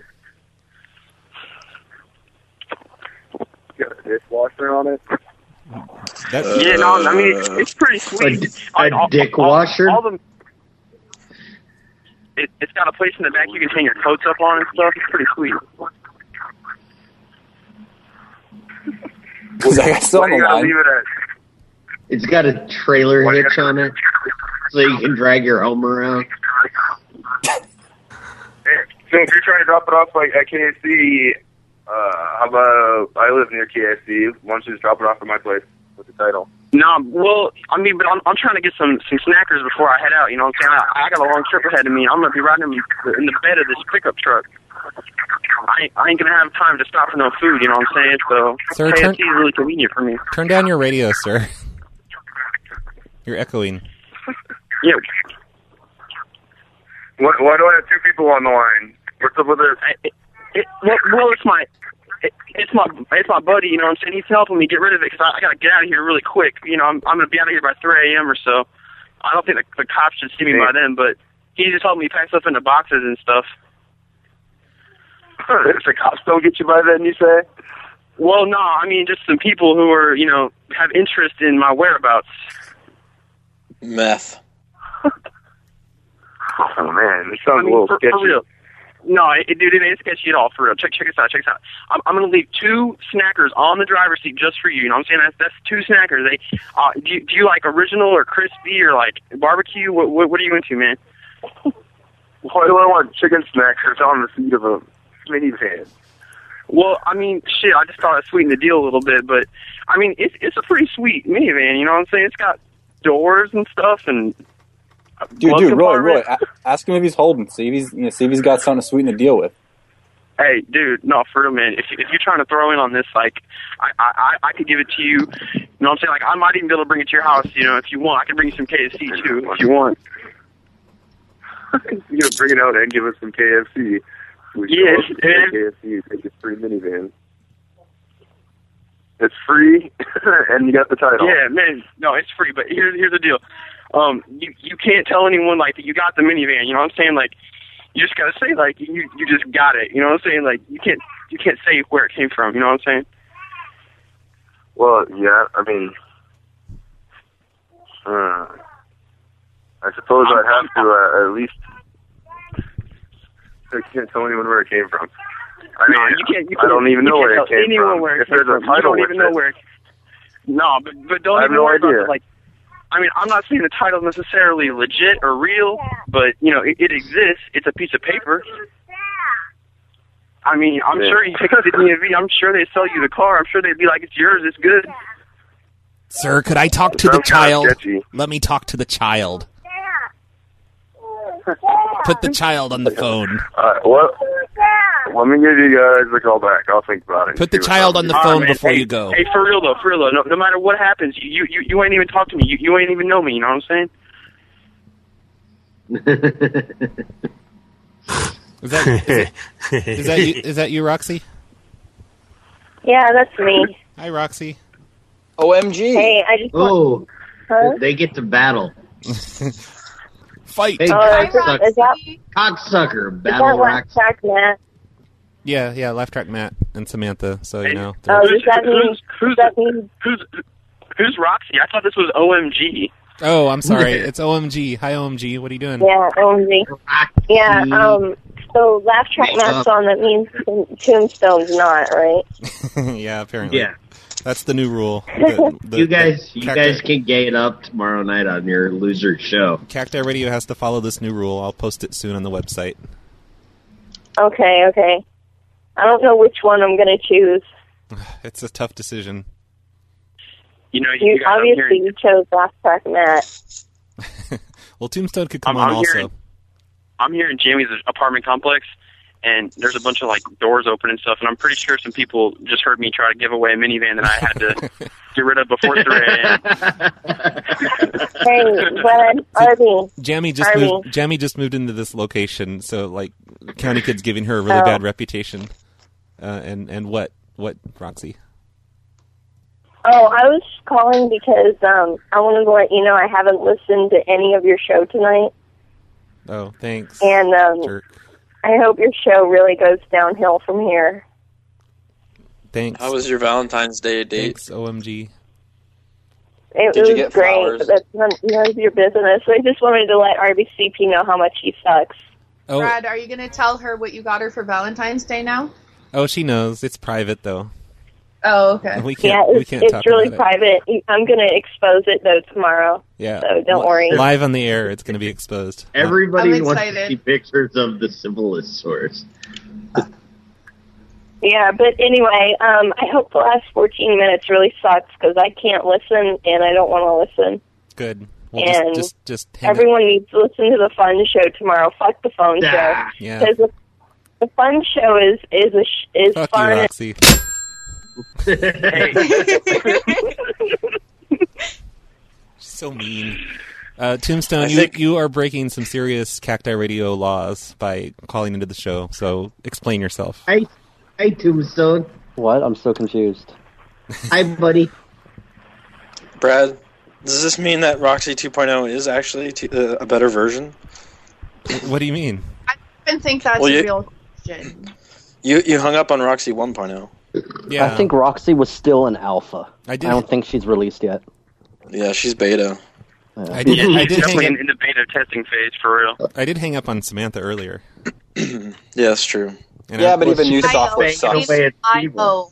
Got a dishwasher on it. yeah, no, I mean it's, it's pretty sweet. uh, A, a dick washer? All the it, it's got a place in the back you can hang your coats up on and stuff. It's pretty sweet. Because I got still Why on the you gotta line. leave It's got a trailer hitch on it, so you can drag your home around. So if you're trying to drop it off like at KFC, uh, how about I live near KFC? Why don't you just drop it off at my place with the title? No, well, I mean, but I'm, I'm trying to get some some snackers before I head out. You know what I'm saying? I, I got a long trip ahead of me. I'm gonna be riding in the, in the bed of this pickup truck. I ain't, I ain't gonna have time to stop for no food. You know what I'm saying? So Sir, KFC turn- is really convenient for me. Turn down your radio, sir. You're echoing. Yeah. Why, why do I have two people on the line? What's up with this? It, well, well, it's my it, it's my it's my buddy. You know what I'm saying? He's helping me get rid of it because I, I gotta get out of here really quick. You know, I'm I'm gonna be out of here by 3 a.m. or so. I don't think the, the cops should see me by then, but he just helped me pack stuff into boxes and stuff. if the cops don't get you by then, you say? Well, no, I mean just some people who are, you know, have interest in my whereabouts. Meth. Oh man, it sounds I mean, a little for, sketchy. for real. No, it, it- dude, it ain't sketchy at all. For real, check check this out. Check this out. I'm, I'm gonna leave two snackers on the driver's seat just for you. You know what I'm saying? That's, that's two snackers. They, uh, do you, do you like original or crispy or like barbecue? What what, what are you into, man? Why do I want chicken snackers on the seat of a minivan? Well, I mean, shit, I just thought it sweetened the deal a little bit, but I mean, it's it's a pretty sweet minivan. You know what I'm saying? It's got doors and stuff, and Dude, Glove dude, Roy, Roy, compartment. a- ask him if he's holding. See if he's, you know, see if he's got something to sweeten the deal with. Hey, dude, no, for real, man. If, if you're trying to throw in on this, like, I, I, I I could give it to you. You know what I'm saying? Like, I might even be able to bring it to your house, you know, if you want. I can bring you some KFC, too, if you want. You know, bring it out and give us some KFC. We show Yes, up, get KFC, you take your free minivan. It's free, and you got the title. Yeah, man. No, it's free, but here's, here's the deal. Um, you, you can't tell anyone, like, that you got the minivan. You know what I'm saying? Like, you just gotta say, like, you, you just got it. You know what I'm saying? Like, you can't, you can't say where it came from. You know what I'm saying? Well, Oh, yeah, I mean, uh, I suppose I have to uh, at least. I can't tell anyone where it came from. I mean, No, you can't, you I don't can't- even you know can't where it tell came anyone from. Where it if came there's from. a title you don't even with know it. where. It, no, but but don't I have even no worry about idea. it. Like, I mean, I'm not saying the title's necessarily legit or real, but you know, it, it exists. It's a piece of paper. I mean, I'm Yeah. sure you take it to the DMV. I'm sure they sell you the car. I'm sure they'd be like, "It's yours. It's good." Sir, could I talk to the Sounds kinda child? sketchy. Let me talk to the child. Put the child on the phone. Uh, well, let me give you guys a call back. I'll think about it. Put the child on the All right, phone man. before Hey, you go. Hey, for real though, for real though. No, no matter what happens, you you you ain't even talk to me. You you ain't even know me. You know what I'm saying? Is that is, it, is that you, is that you, Roxy? Yeah, that's me. Hi, Roxy. OMG. Hey, I just want- Oh, Huh? they get to battle. Fight. Hey, Oh, is cocksucker, that, is that, is cocksucker that battle what rock. Jack Matt? Yeah, yeah. Laugh track Matt and Samantha. So you know. Oh, Uh, they're- does that mean, does that mean Who's who's Roxy? I thought this was OMG. Oh, I'm sorry. It's OMG. Hi, OMG. What are you doing? Yeah, OMG. Yeah, um, so laugh track Stop. Matt's on that means Tombstone's not, right? yeah, apparently. Yeah. That's the new rule. you guys, you cacti- guys can gay it up tomorrow night on your loser show. Cacti Radio has to follow this new rule. I'll post it soon on the website. Okay, okay. I don't know which one I'm gonna choose. It's a tough decision. You know, You, obviously you chose laugh track Matt. Well, Tombstone could come I'm- on I'm also. hearing- I'm here in Jamie's apartment complex, and there's a bunch of like doors open and stuff, and I'm pretty sure some people just heard me try to give away a minivan that I had to get rid of before 3 a.m. Hey, Brad, Arby. Jamie just Arby. moved. Jamie just moved into this location, so like county kids giving her a really Oh. bad reputation. Uh, and and what what Roxy? Oh, I was calling because um, I wanted to let you know I haven't listened to any of your show tonight, Oh, thanks. and um, Jerk. I hope your show really goes downhill from here. Thanks. How was your Valentine's Day date? Thanks, OMG. It, Did it was you get great, flowers? but that's none, none of your business. I just wanted to let RBCP know how much he sucks. Oh, Brad, are you going to tell her what you got her for Valentine's Day now? oh, she knows. It's private though. Oh, okay. We can't- yeah, it's, we can't it's talk really about it. private. I'm going to expose it though tomorrow. Yeah. So Oh, don't worry. Live on the air, it's going to be exposed. Everybody I'm wants to excited. see pictures of the civilist source. Yeah, but anyway, um, I hope the last 14 minutes really sucks because I can't listen and I don't want to listen. Good. And Well, just just just hang up. Everyone needs to listen to the fun show tomorrow. Fuck the phone show. Ah, yeah. Because the, the fun show is is a sh- is Fuck you, fun. Roxy. She's so mean. Uh, Tombstone, you, you are breaking some serious cacti radio laws by calling into the show. So explain yourself. Hey, hey, Tombstone. What? I'm so confused. Hi, buddy. Brad, does this mean that Roxy 2.0 is actually t- uh, a better version? What do you mean? I even think that's Well, a you- real question. You you hung up on Roxy 1.0. I think Roxy was still an alpha. I did- I don't think she's released yet. Yeah, she's beta. I did. Yeah, I she's did definitely hang in- up, in the beta testing phase for real. I did hang up on Samantha earlier. yeah, that's true. I- well, she- I know.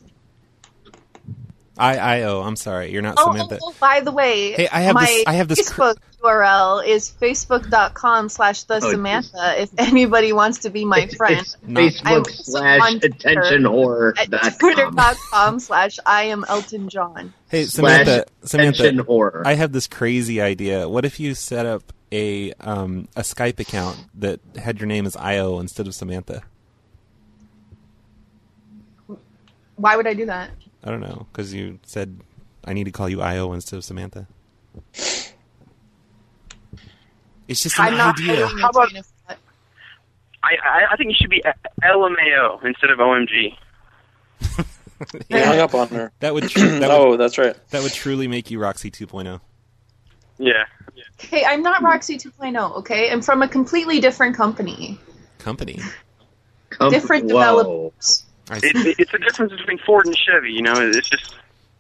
I I O. I'm sorry, you're not Oh, Samantha. oh, oh, by the way, Hey, I have my this- I have this cr- Facebook URL is facebook.com slash the geez. Samantha. If anybody wants to be my friend, Facebook slash attention horror dot com. at twitter.com slash I am Elton John. Hey Slash Samantha, Samantha, tension horror. I have this crazy idea. What if you set up a um a Skype account that had your name as Io instead of Samantha? Why would I do that? I don't know because you said I need to call you Io instead of Samantha. It's just an I'm not idea. paying How about- attention if- I, I I think you should be LMAO instead of OMG. You hung up on her. That would. Tr- that Oh, would, that's right. That would truly make you Roxy oh. 2.0. Yeah. Hey, I'm not Roxy 2.0, okay? I'm from a completely different company. Company. Different developers. It, it, it's the difference between Ford and Chevy. You know, it's just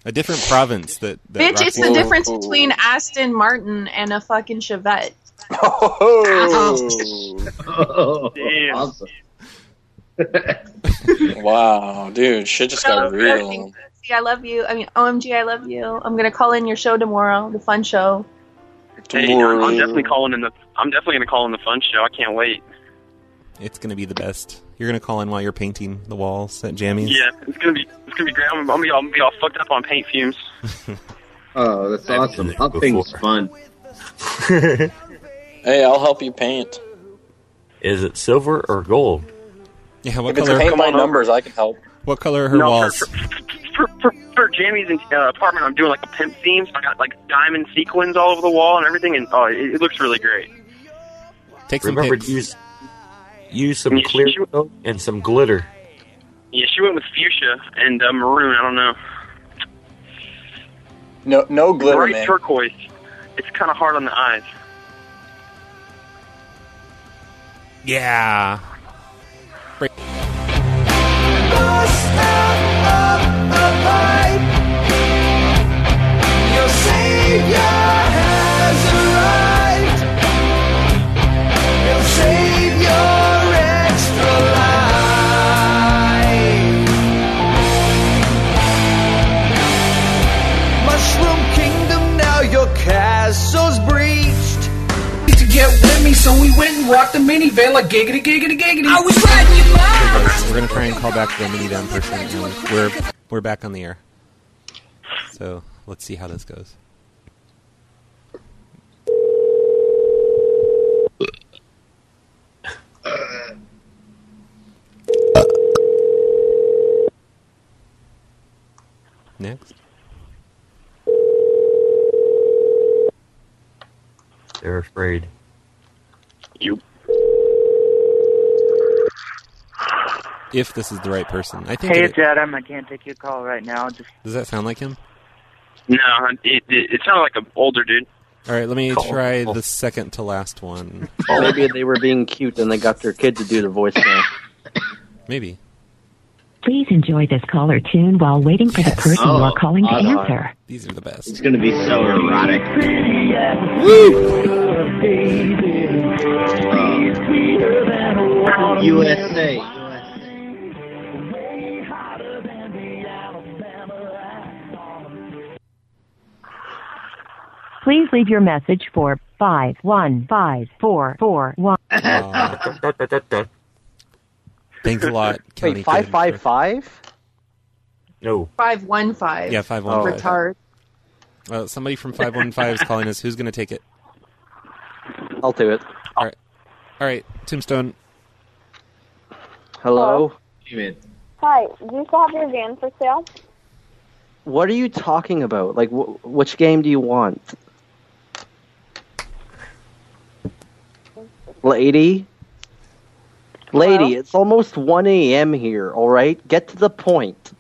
A different province that. that Bitch, it's Roxy- the difference between Aston Martin and a fucking Chevette. Oh. Oh, awesome. wow, dude, shit just got So, real. See, I love you. I mean, OMG, I love you. I'm gonna call in your show tomorrow, the fun show. hey, I'm, I'm definitely calling in the I'm definitely gonna call in the fun show. I can't wait. It's gonna be the best. You're gonna call in while you're painting the walls at Jammies. Yeah, it's gonna be it's gonna be great. I'm, I'm gonna be all, I'm gonna be all fucked up on paint fumes. Oh, that's awesome. Huffing's fun. Hey, I'll help you paint. Is it silver or gold? Yeah, If it's paint by numbers, I can help. What color are her No, walls? For, for, for Jamie's uh, apartment, I'm doing like a pimp theme. So I got like diamond sequins all over the wall and everything, and oh, it, it looks really great. Take some Remember pics. to use use some clear coat and some glitter. Yeah, she went with fuchsia and uh, maroon. I don't know. No, no glitter, Bright man. turquoise. It's kind of hard on the eyes. Yeah. Break- Mushroom Kingdom, now your castle's breached. To get with me, so we went and walked the minivan like giggity, giggity, giggity. I was riding your mind. Guys, We're gonna try and call back the minivan person. and We're we're back on the air. So let's see how this goes. Next. They're afraid. If this is the right person, I think. Hey, it- it's Adam. I can't take your call right now. Just does that sound like him? No, it, it, it sounded like an older dude. All right, let me try the second to last one. Or maybe they were being cute and they got their kid to do the voicemail. Maybe. Please enjoy this caller tune while waiting for the person you Oh, Oh, are calling uh, to answer. These are the best. It's going to be so erotic. USA. Please leave your message for five one five four four one. Thanks a lot, County Wait, five, Code five, Enforcement. Five? No. 515. Yeah, 515. Retard. Uh, somebody from 515 is calling us. Who's going to take it? I'll do it. All right. All right, Tombstone. Hello? Hi, do you still have your van for sale? What are you talking about? Like, wh- which game do you want? Lady? Lady, it's almost 1 a.m. here, alright? Get to the point.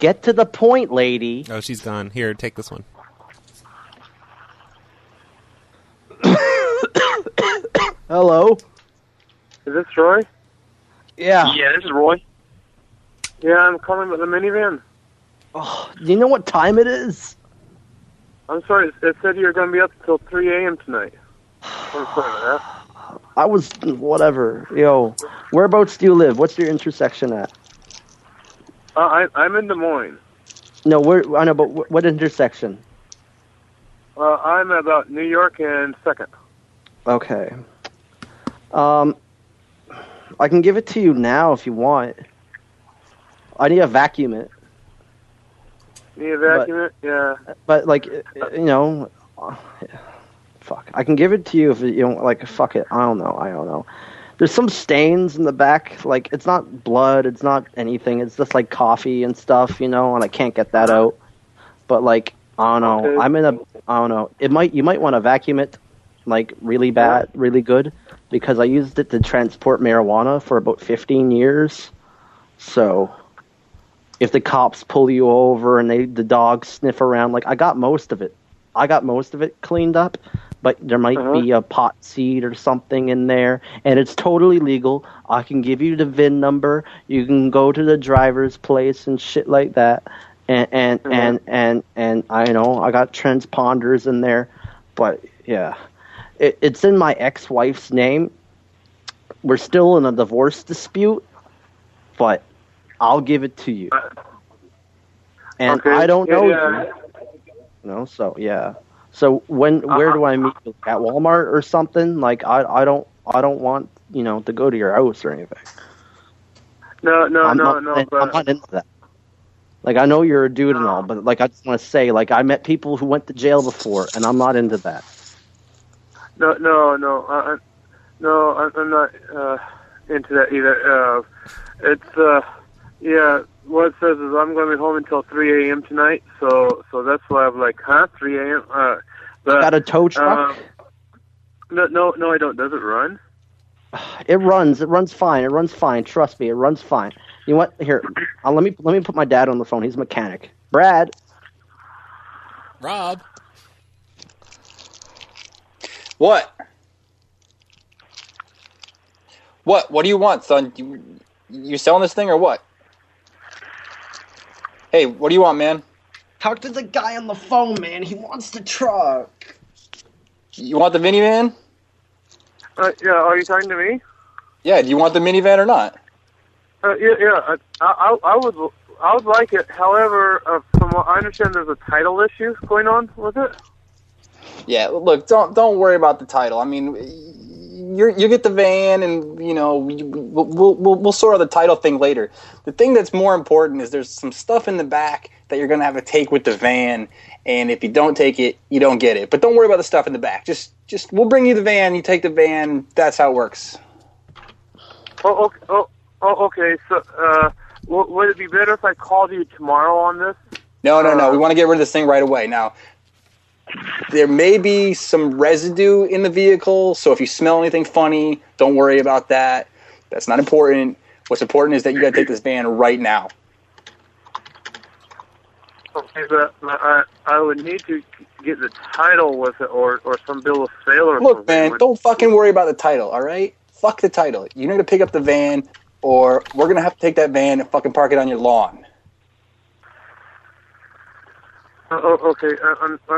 Get to the point, lady. Oh, she's gone. Here, take this one. Hello? Is this Roy? Yeah. Yeah, this is Roy. Yeah, I'm calling about the minivan. Oh, do you know what time it is? I'm sorry, it- it said you were going to be up until 3 a.m. tonight. I'm sorry about that. I was whatever. Yo, whereabouts do you live? What's your intersection at? Uh, I, I'm in Des Moines. No, where I know, but wh- what intersection? Uh, I'm about New York and 2nd. Okay. Um, I can give it to you now if you want. I need to vacuum it, Need a vacuum it? Yeah. but like uh, you know, uh, fuck. I can give it to you if you don't like. Fuck it. I don't know. I don't know. There's some stains in the back. Like it's not blood. It's not anything. It's just like coffee and stuff, you know. And I can't get that out. But like I don't know. Okay. I'm in a. I don't know. It might. You might want to vacuum it, like really bad, really good, because I used it to transport marijuana for about 15 years. So, if the cops pull you over and they the dogs sniff around, like I got most of it. I got most of it cleaned up, but there might be a pot seed or something in there, and it's totally legal. I can give you the VIN number. You can go to the driver's place and shit like that. And and and, and and I know I got transponders in there, but yeah, it, it's in my ex-wife's name. We're still in a divorce dispute, but I'll give it to you. And Okay. I don't Yeah, know yeah. you. You know, so yeah. So when Uh, where do I meet you? At Walmart or something? Like I I don't I don't want, you know, to go to your house or anything. No, no, I'm no, not, no. I'm but, not into that. Like I know you're a dude and all, but like I just want to say, like I met people who went to jail before, and I'm not into that. No, no, no, I, I- no. I'm, I'm not uh, into that either. Uh, it's uh, yeah. What it says is I'm going to be home until 3 a.m. tonight. So, so that's why I'm like, huh? 3 a.m. Uh, but, Got a tow truck? um, no, no, no. I don't. Does it run? It runs. It runs fine. It runs fine. Trust me, it runs fine. You know what? Here, i let me let me put my dad on the phone. He's a mechanic. Brad, Rob. What? What? What do you want, son? You, you selling this thing or what? Hey, what do you want, man? talk to the guy on the phone, man. He wants the truck. You want the minivan? Uh, yeah. Are you talking to me? Yeah. Do you want the minivan or not? Uh, yeah, yeah. I, I, I would, I would like it. However, uh, from what I understand, there's a title issue going on with it. Yeah. Look, don't don't worry about the title. I mean, you you get the van, and you know we- we'll, we'll we'll we'll sort out the title thing later. The thing that's more important is there's some stuff in the back that you're gonna have to take with the van, and if you don't take it, you don't get it. But don't worry about the stuff in the back. Just just we'll bring you the van. You take the van. That's how it works. Oh, okay. Oh, oh, okay. So, uh, w- would it be better if I called you tomorrow on this? No, no, no. We want to get rid of this thing right away. Now, there may be some residue in the vehicle, so if you smell anything funny, don't worry about that. That's not important. What's important is that you got to take this van right now. Okay, but I, I I would need to get the title with it or, or some bill of sale or Look, something. man, don't fucking worry about the title, all right? Fuck the title. You're going to pick up the van, or we're going to have to take that van and fucking park it on your lawn. Uh, oh, okay, I, I'm, I'm,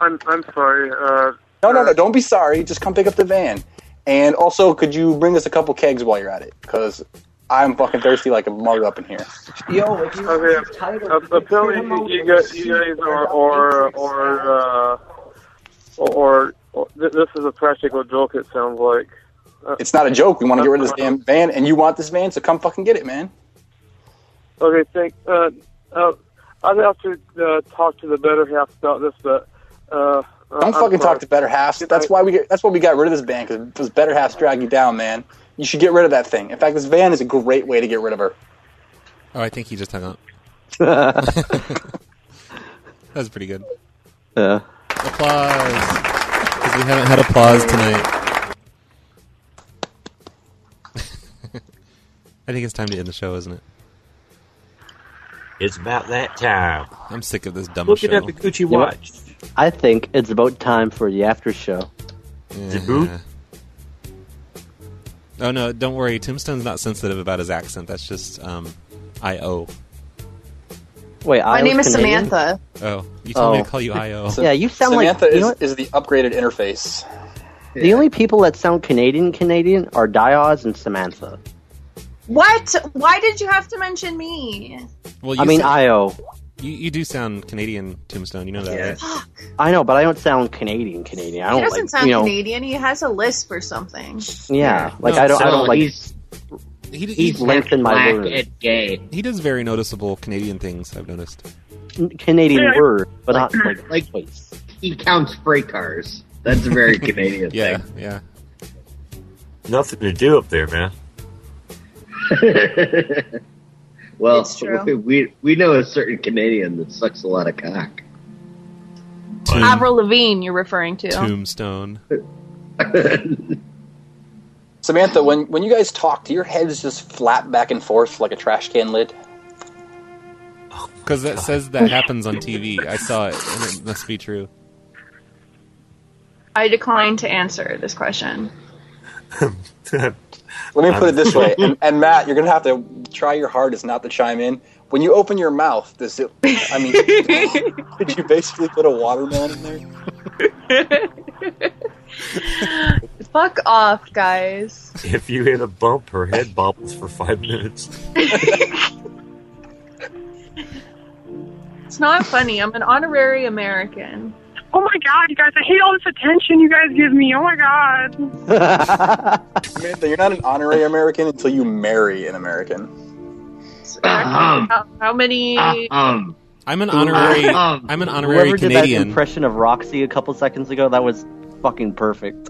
I'm, I'm sorry. Uh, No, no, no, don't be sorry. Just come pick up the van. And also, could you bring us a couple kegs while you're at it? Because I'm fucking thirsty like a mug up in here. Yo, if you okay. title, apparently you, you guys, you guys are or or uh, or, or th- this is a practical joke. It sounds like uh, It's not a joke. We want to get rid of this damn van, and you want this van, so come fucking get it, man. Okay, thank. Uh, uh, I'd have to uh, talk to the better half about this, but uh, Don't fucking talk to better halves. That's why we get, that's why we got rid of this van because those better halves drag you down, man. You should get rid of that thing. In fact, this van is a great way to get rid of her. Oh, I think he just hung up. that was pretty good. Yeah. Applause. Because we haven't had applause tonight. I think it's time to end the show, isn't it? It's about that time. I'm sick of this dumb Looking show. at the Gucci watch. I think it's about time for the after show. Yeah. Oh no, don't worry. Tombstone's not sensitive about his accent. That's just um, I.O. Wait, My name is Samantha. Oh, you told me Oh. to call you I.O. Yeah, you sound like- Samantha you is, know what? is the upgraded interface. The only people that sound Canadian Canadian are Dioz and Samantha. What? Why did you have to mention me? Well, I mean, sound- I.O. You, you do sound Canadian, Tombstone. You know that, right? I know, but I don't sound Canadian Canadian. He I don't doesn't like, sound you know, Canadian. He has a lisp or something. Yeah, like No, I don't. I so don't like. he's- He, he's lengthened my black words. and gay. He does very noticeable Canadian things. I've noticed. Canadian Yeah. word, but Like- not like like- He counts freight cars. That's a very Canadian Yeah, thing. Yeah. Nothing to do up there, man. Well, It's true. we, we we know a certain Canadian that sucks a lot of cock. Avril Lavigne, you're referring to. Tombstone. Samantha, when when you guys talk, do your heads just flap back and forth like a trash can lid? Because that says that happens on TV. I saw it, and it must be true. I decline to answer this question. Let me put it this way, and, and Matt, you're gonna have to try your hardest not to chime in. When you open your mouth, does it? I mean, did you basically put a watermelon in there? Fuck off, guys. If you hit a bump, her head bobbles for five minutes. It's not funny. I'm an honorary American. Oh my god, you guys! I hate all this attention you guys give me. Oh my god. Samantha, you're not an honorary American until you marry an American. How, how many? uh, Um, I'm an honorary- I'm an honorary whoever Did that Canadian. impression of Roxy a couple seconds ago that was fucking perfect.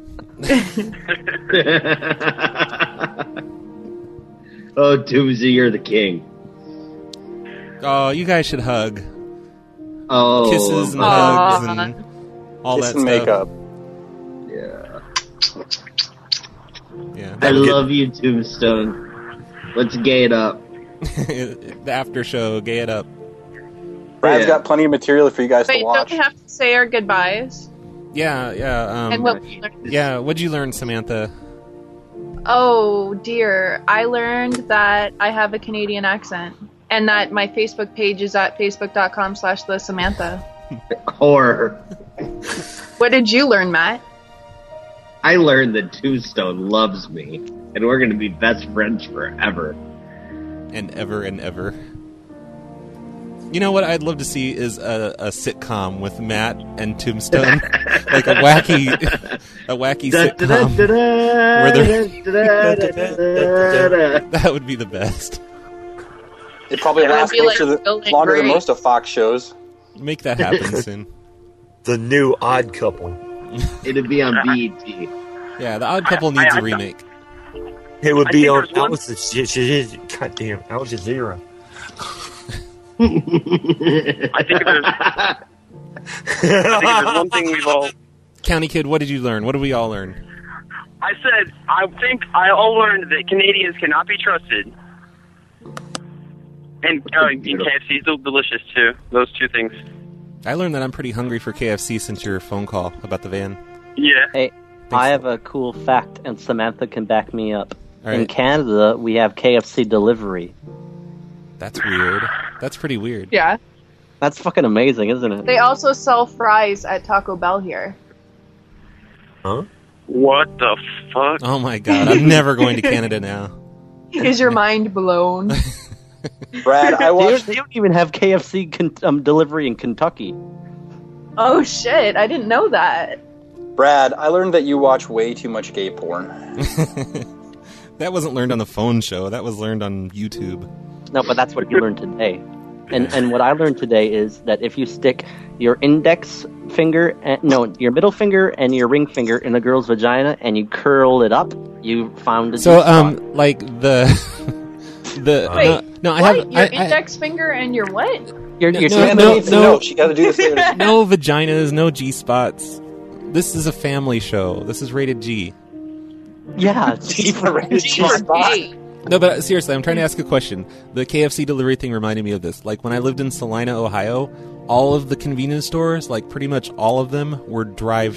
Oh, Toomsy, you're the king. Oh, you guys should hug. Oh, Kisses and hugs and all Kiss that and make stuff. Yeah. I love you, Tombstone. Let's gay it up. the after show. Gay it up. Brad's got plenty of material for you guys Wait, to don't watch. we have to say our goodbyes? Yeah, yeah. Um, and what we learned? yeah, what'd you learn, Samantha? Oh dear, I learned that I have a Canadian accent, and that my Facebook page is at facebook.com/slash the Samantha. Or What did you learn, Matt? I learned that Tombstone loves me, and we're going to be best friends forever. And ever and ever. You know what I'd love to see is a, a sitcom with Matt and Tombstone, like a wacky, a wacky sitcom. where they're- that would be the best. It probably It would lasts be like longer Will than, and longer than Grace. most of Fox shows. Make that happen soon. The new odd couple. It'd be on E BET. Yeah, the Odd Couple needs a remake. It would I be think on there's Al one- Jazeera. Goddamn, Al Jazeera. I think there's, I think there's one thing we've all. County Kid, what did you learn? What did we all learn? I said, I think I all learned that Canadians cannot be trusted. And, uh, and KFC's are delicious too. Those two things. I learned that I'm pretty hungry for KFC since your phone call about the van. Yeah. Hey, I have a cool fact, and Samantha can back me up. All In right. Canada, we have KFC delivery. That's weird. That's pretty weird. Yeah. That's fucking amazing, isn't it? They also sell fries at Taco Bell here. Huh? What the fuck? Oh my god! I'm never going to Canada now. Is your mind blown? Brad, I watched. They don't even have KFC con- um, delivery in Kentucky. oh shit! I didn't know that. Brad, I learned that you watch way too much gay porn. That wasn't learned on the phone show. That was learned on YouTube. No, but that's what you learned today. And and what I learned today is that if you stick your index finger, and, no, your middle finger and your ring finger in a girl's vagina, and you curl it up, you found a So, deep spot. um, like the the Wait, Uh, no, no, I what? have your I, I- index finger and your what? Your, no, your no, Samantha no, needs to no. know. She gotta do this later. no vaginas, no G spots. This is a family show. This is rated G. Yeah, G for rated G for spot. No, but uh, seriously, I'm trying to ask a question. The KFC delivery thing reminded me of this. Like when I lived in Salina, Ohio, all of the convenience stores, like pretty much all of them, were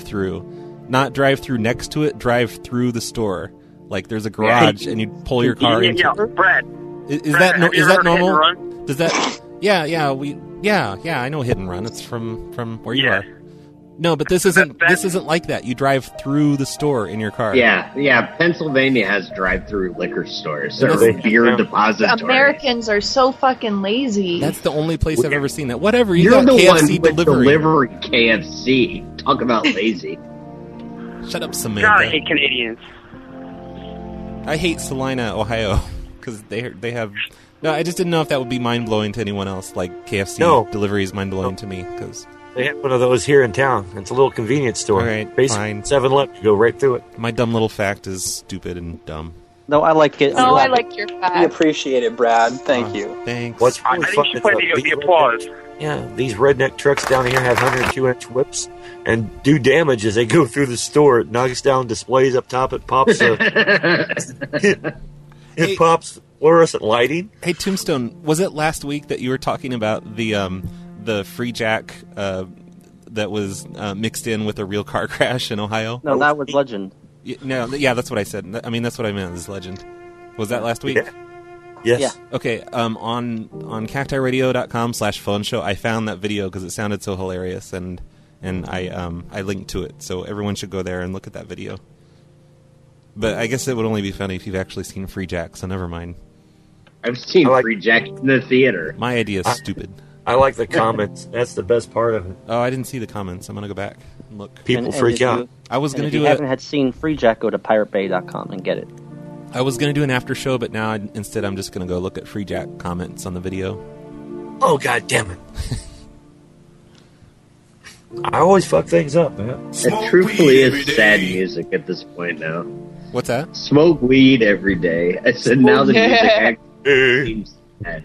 drive-through, not drive-through next to it, drive-through the store. Like there's a garage and you pull your car yeah, into. yeah, Brad. Is, is Brad, that no, have you is ever that heard of Hit normal? and Does that? Yeah, yeah, we yeah yeah I know hit and run. It's from from where you are. No, but this isn't this isn't like that. You drive through the store in your car. Yeah, yeah. Pennsylvania has drive-through liquor stores It or doesn't- beer yeah. depositories. Americans are so fucking lazy. That's the only place I've ever seen that. Whatever you You're got the one KFC with delivery. delivery KFC. Talk about lazy. Shut up, Samantha. God, I hate Canadians. I hate Salina, Ohio, because they they have. No, I just didn't know if that would be mind blowing to anyone else. Like KFC No. delivery is mind blowing to me because They have one of those here in town. It's a little convenience store. All right, Basically, 7 Eleven, you go right through it. My dumb little fact is stupid and dumb. No, I like it. No, Oh, I like your fact. We appreciate it, Brad. Thank you. Thanks. What's really fun is that the, these redneck- yeah, these redneck trucks down here have 102 inch whips and do damage as they go through the store. It knocks down displays up top. It pops. A, it pops fluorescent lighting. Hey, Tombstone, was it last week that you were talking about the um the free jack uh, that was uh, mixed in with a real car crash in Ohio? No, that was legend. Y- No, th- yeah, that's what I said. Th- I mean, that's what I meant. Is legend? Was that last week? Yeah. Yes. Yeah. Okay. Um. On on cactiradio.com slash phone show, I found that video because it sounded so hilarious, and and I um I linked to it, so everyone should go there and look at that video. But I guess it would only be funny if you've actually seen Free Jack, so never mind. I've seen Free Jack in the theater. My idea is I- stupid. I like the comments. That's the best part of it. Oh, I didn't see the comments. I'm gonna go back and look. And- and if you- I was and gonna if you do haven't a, had seen Free Jack, go to piratebay.com and get it. I was gonna do an after show, but now I, instead I'm just gonna go look at Free Jack comments on the video. Oh god damn it! I always fuck things up, man. It truthfully is sad music at this point now. What's that? Smoke weed every day. I said now the music Yeah. actually seems sad.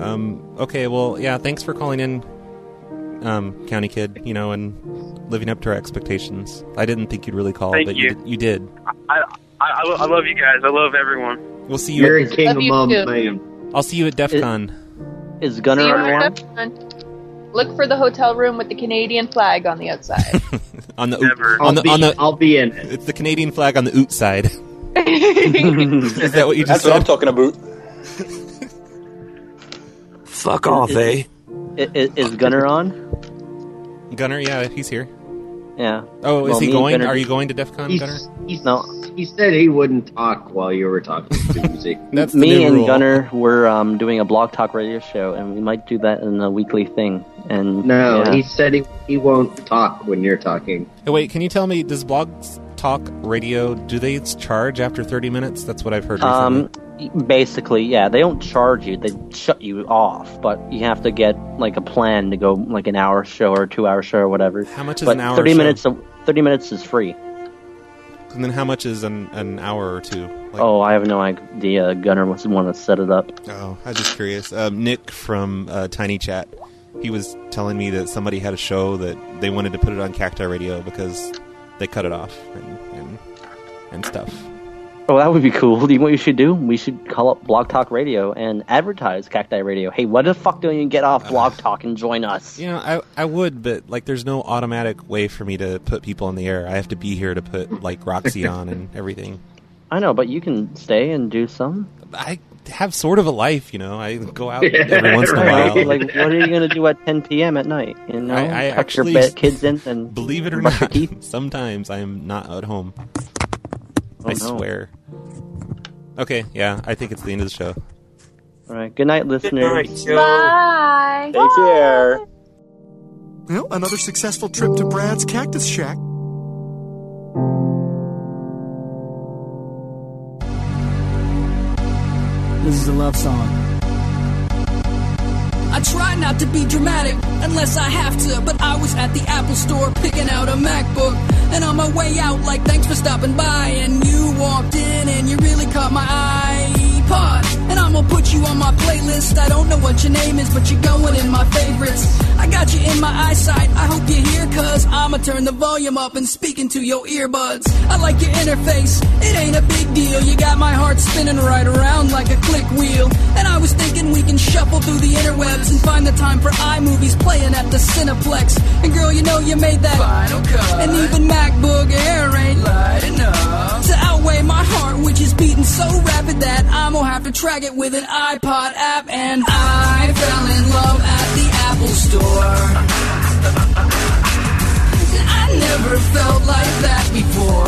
Um, okay, well, yeah, thanks for calling in, um, County Kid, you know, and living up to our expectations. I didn't think you'd really call, Thank but you. d- you did. I, I, I, lo- I love you guys. I love everyone. We'll see you You're at a king Love you among too. men. I'll see you at DEF CON. Is Gunner See you on in one? Japan. Look for the hotel room with the Canadian flag on the outside. On the, oot, on, I'll the be- on the I'll be in. It's the Canadian flag on the oot side. Is that what you That's just what I'm said? talking about. Fuck off, Is- eh? i- i- Is Gunner on? Gunner, yeah, he's here. Yeah. Oh, is Well, he me and going? Gunner- Are you going to DEF CON, He's- Gunner? He said he wouldn't talk while you were talking to music. me and Gunner were um, doing a Blog Talk radio show, and we might do that in a weekly thing. And No, yeah. he said he, he won't talk when you're talking. Hey, wait, can you tell me, does Blog Talk Radio, do they charge after 30 minutes? That's what I've heard recently. um, basically, yeah, they don't charge you; they shut you off. But you have to get like a plan to go like an hour show or two hour show or whatever. How much is but an hour Thirty show? minutes. Of, Thirty minutes is free. and then how much is an, an hour or two? Like, oh, I have no idea. Gunner was the one that set it up. Oh, I was just curious. Um, Nick from uh, Tiny Chat, he was telling me that somebody had a show that they wanted to put it on Cacti Radio because they cut it off and and, and stuff. Oh, that would be cool. Do you know what we should do? We should call up Blog Talk Radio and advertise Cacti Radio. Hey, what the fuck don't you get Uh. off Blog Talk and join us? You know, I I would, but like, there's no automatic way for me to put people on the air. I have to be here to put like Roxy on and everything. I know, but you can stay and do some. I have sort of a life, you know. I go out every once in a Right. while. Like, what are you going to do at 10 p.m. at night? You know, I, I tuck actually your bed, kids in, and believe it or brush your not, sometimes I'm not at home. Oh, I no. swear. Okay, yeah, I think it's the end of the show. All right. Good night, listeners. Bye. care. Well, another successful trip to Brad's Cactus Shack. This is a love song. I try not to be dramatic unless I have to, but I was at the Apple store picking out a MacBook. And on my way out, like, thanks for stopping by. And you walked in and you really caught my iPod. And I'm gonna put you on my playlist. I don't know what your name is, but you're going in my favorites. I got you in my eyesight. I hope you're here, cuz I'ma turn the volume up and speak into your earbuds. I like your interface. It ain't a big deal. You got my heart spinning right around like a click wheel. And I was thinking we can shuffle through the interwebs and find the time for iMovies playing at the Cineplex. And girl, you know you made that final cut. And even MacBook Air ain't light enough to outweigh my heart, which is beating so rapid that I'm gonna have to track it with an iPod app. And I fell in love at the Apple Store. I never felt like that before.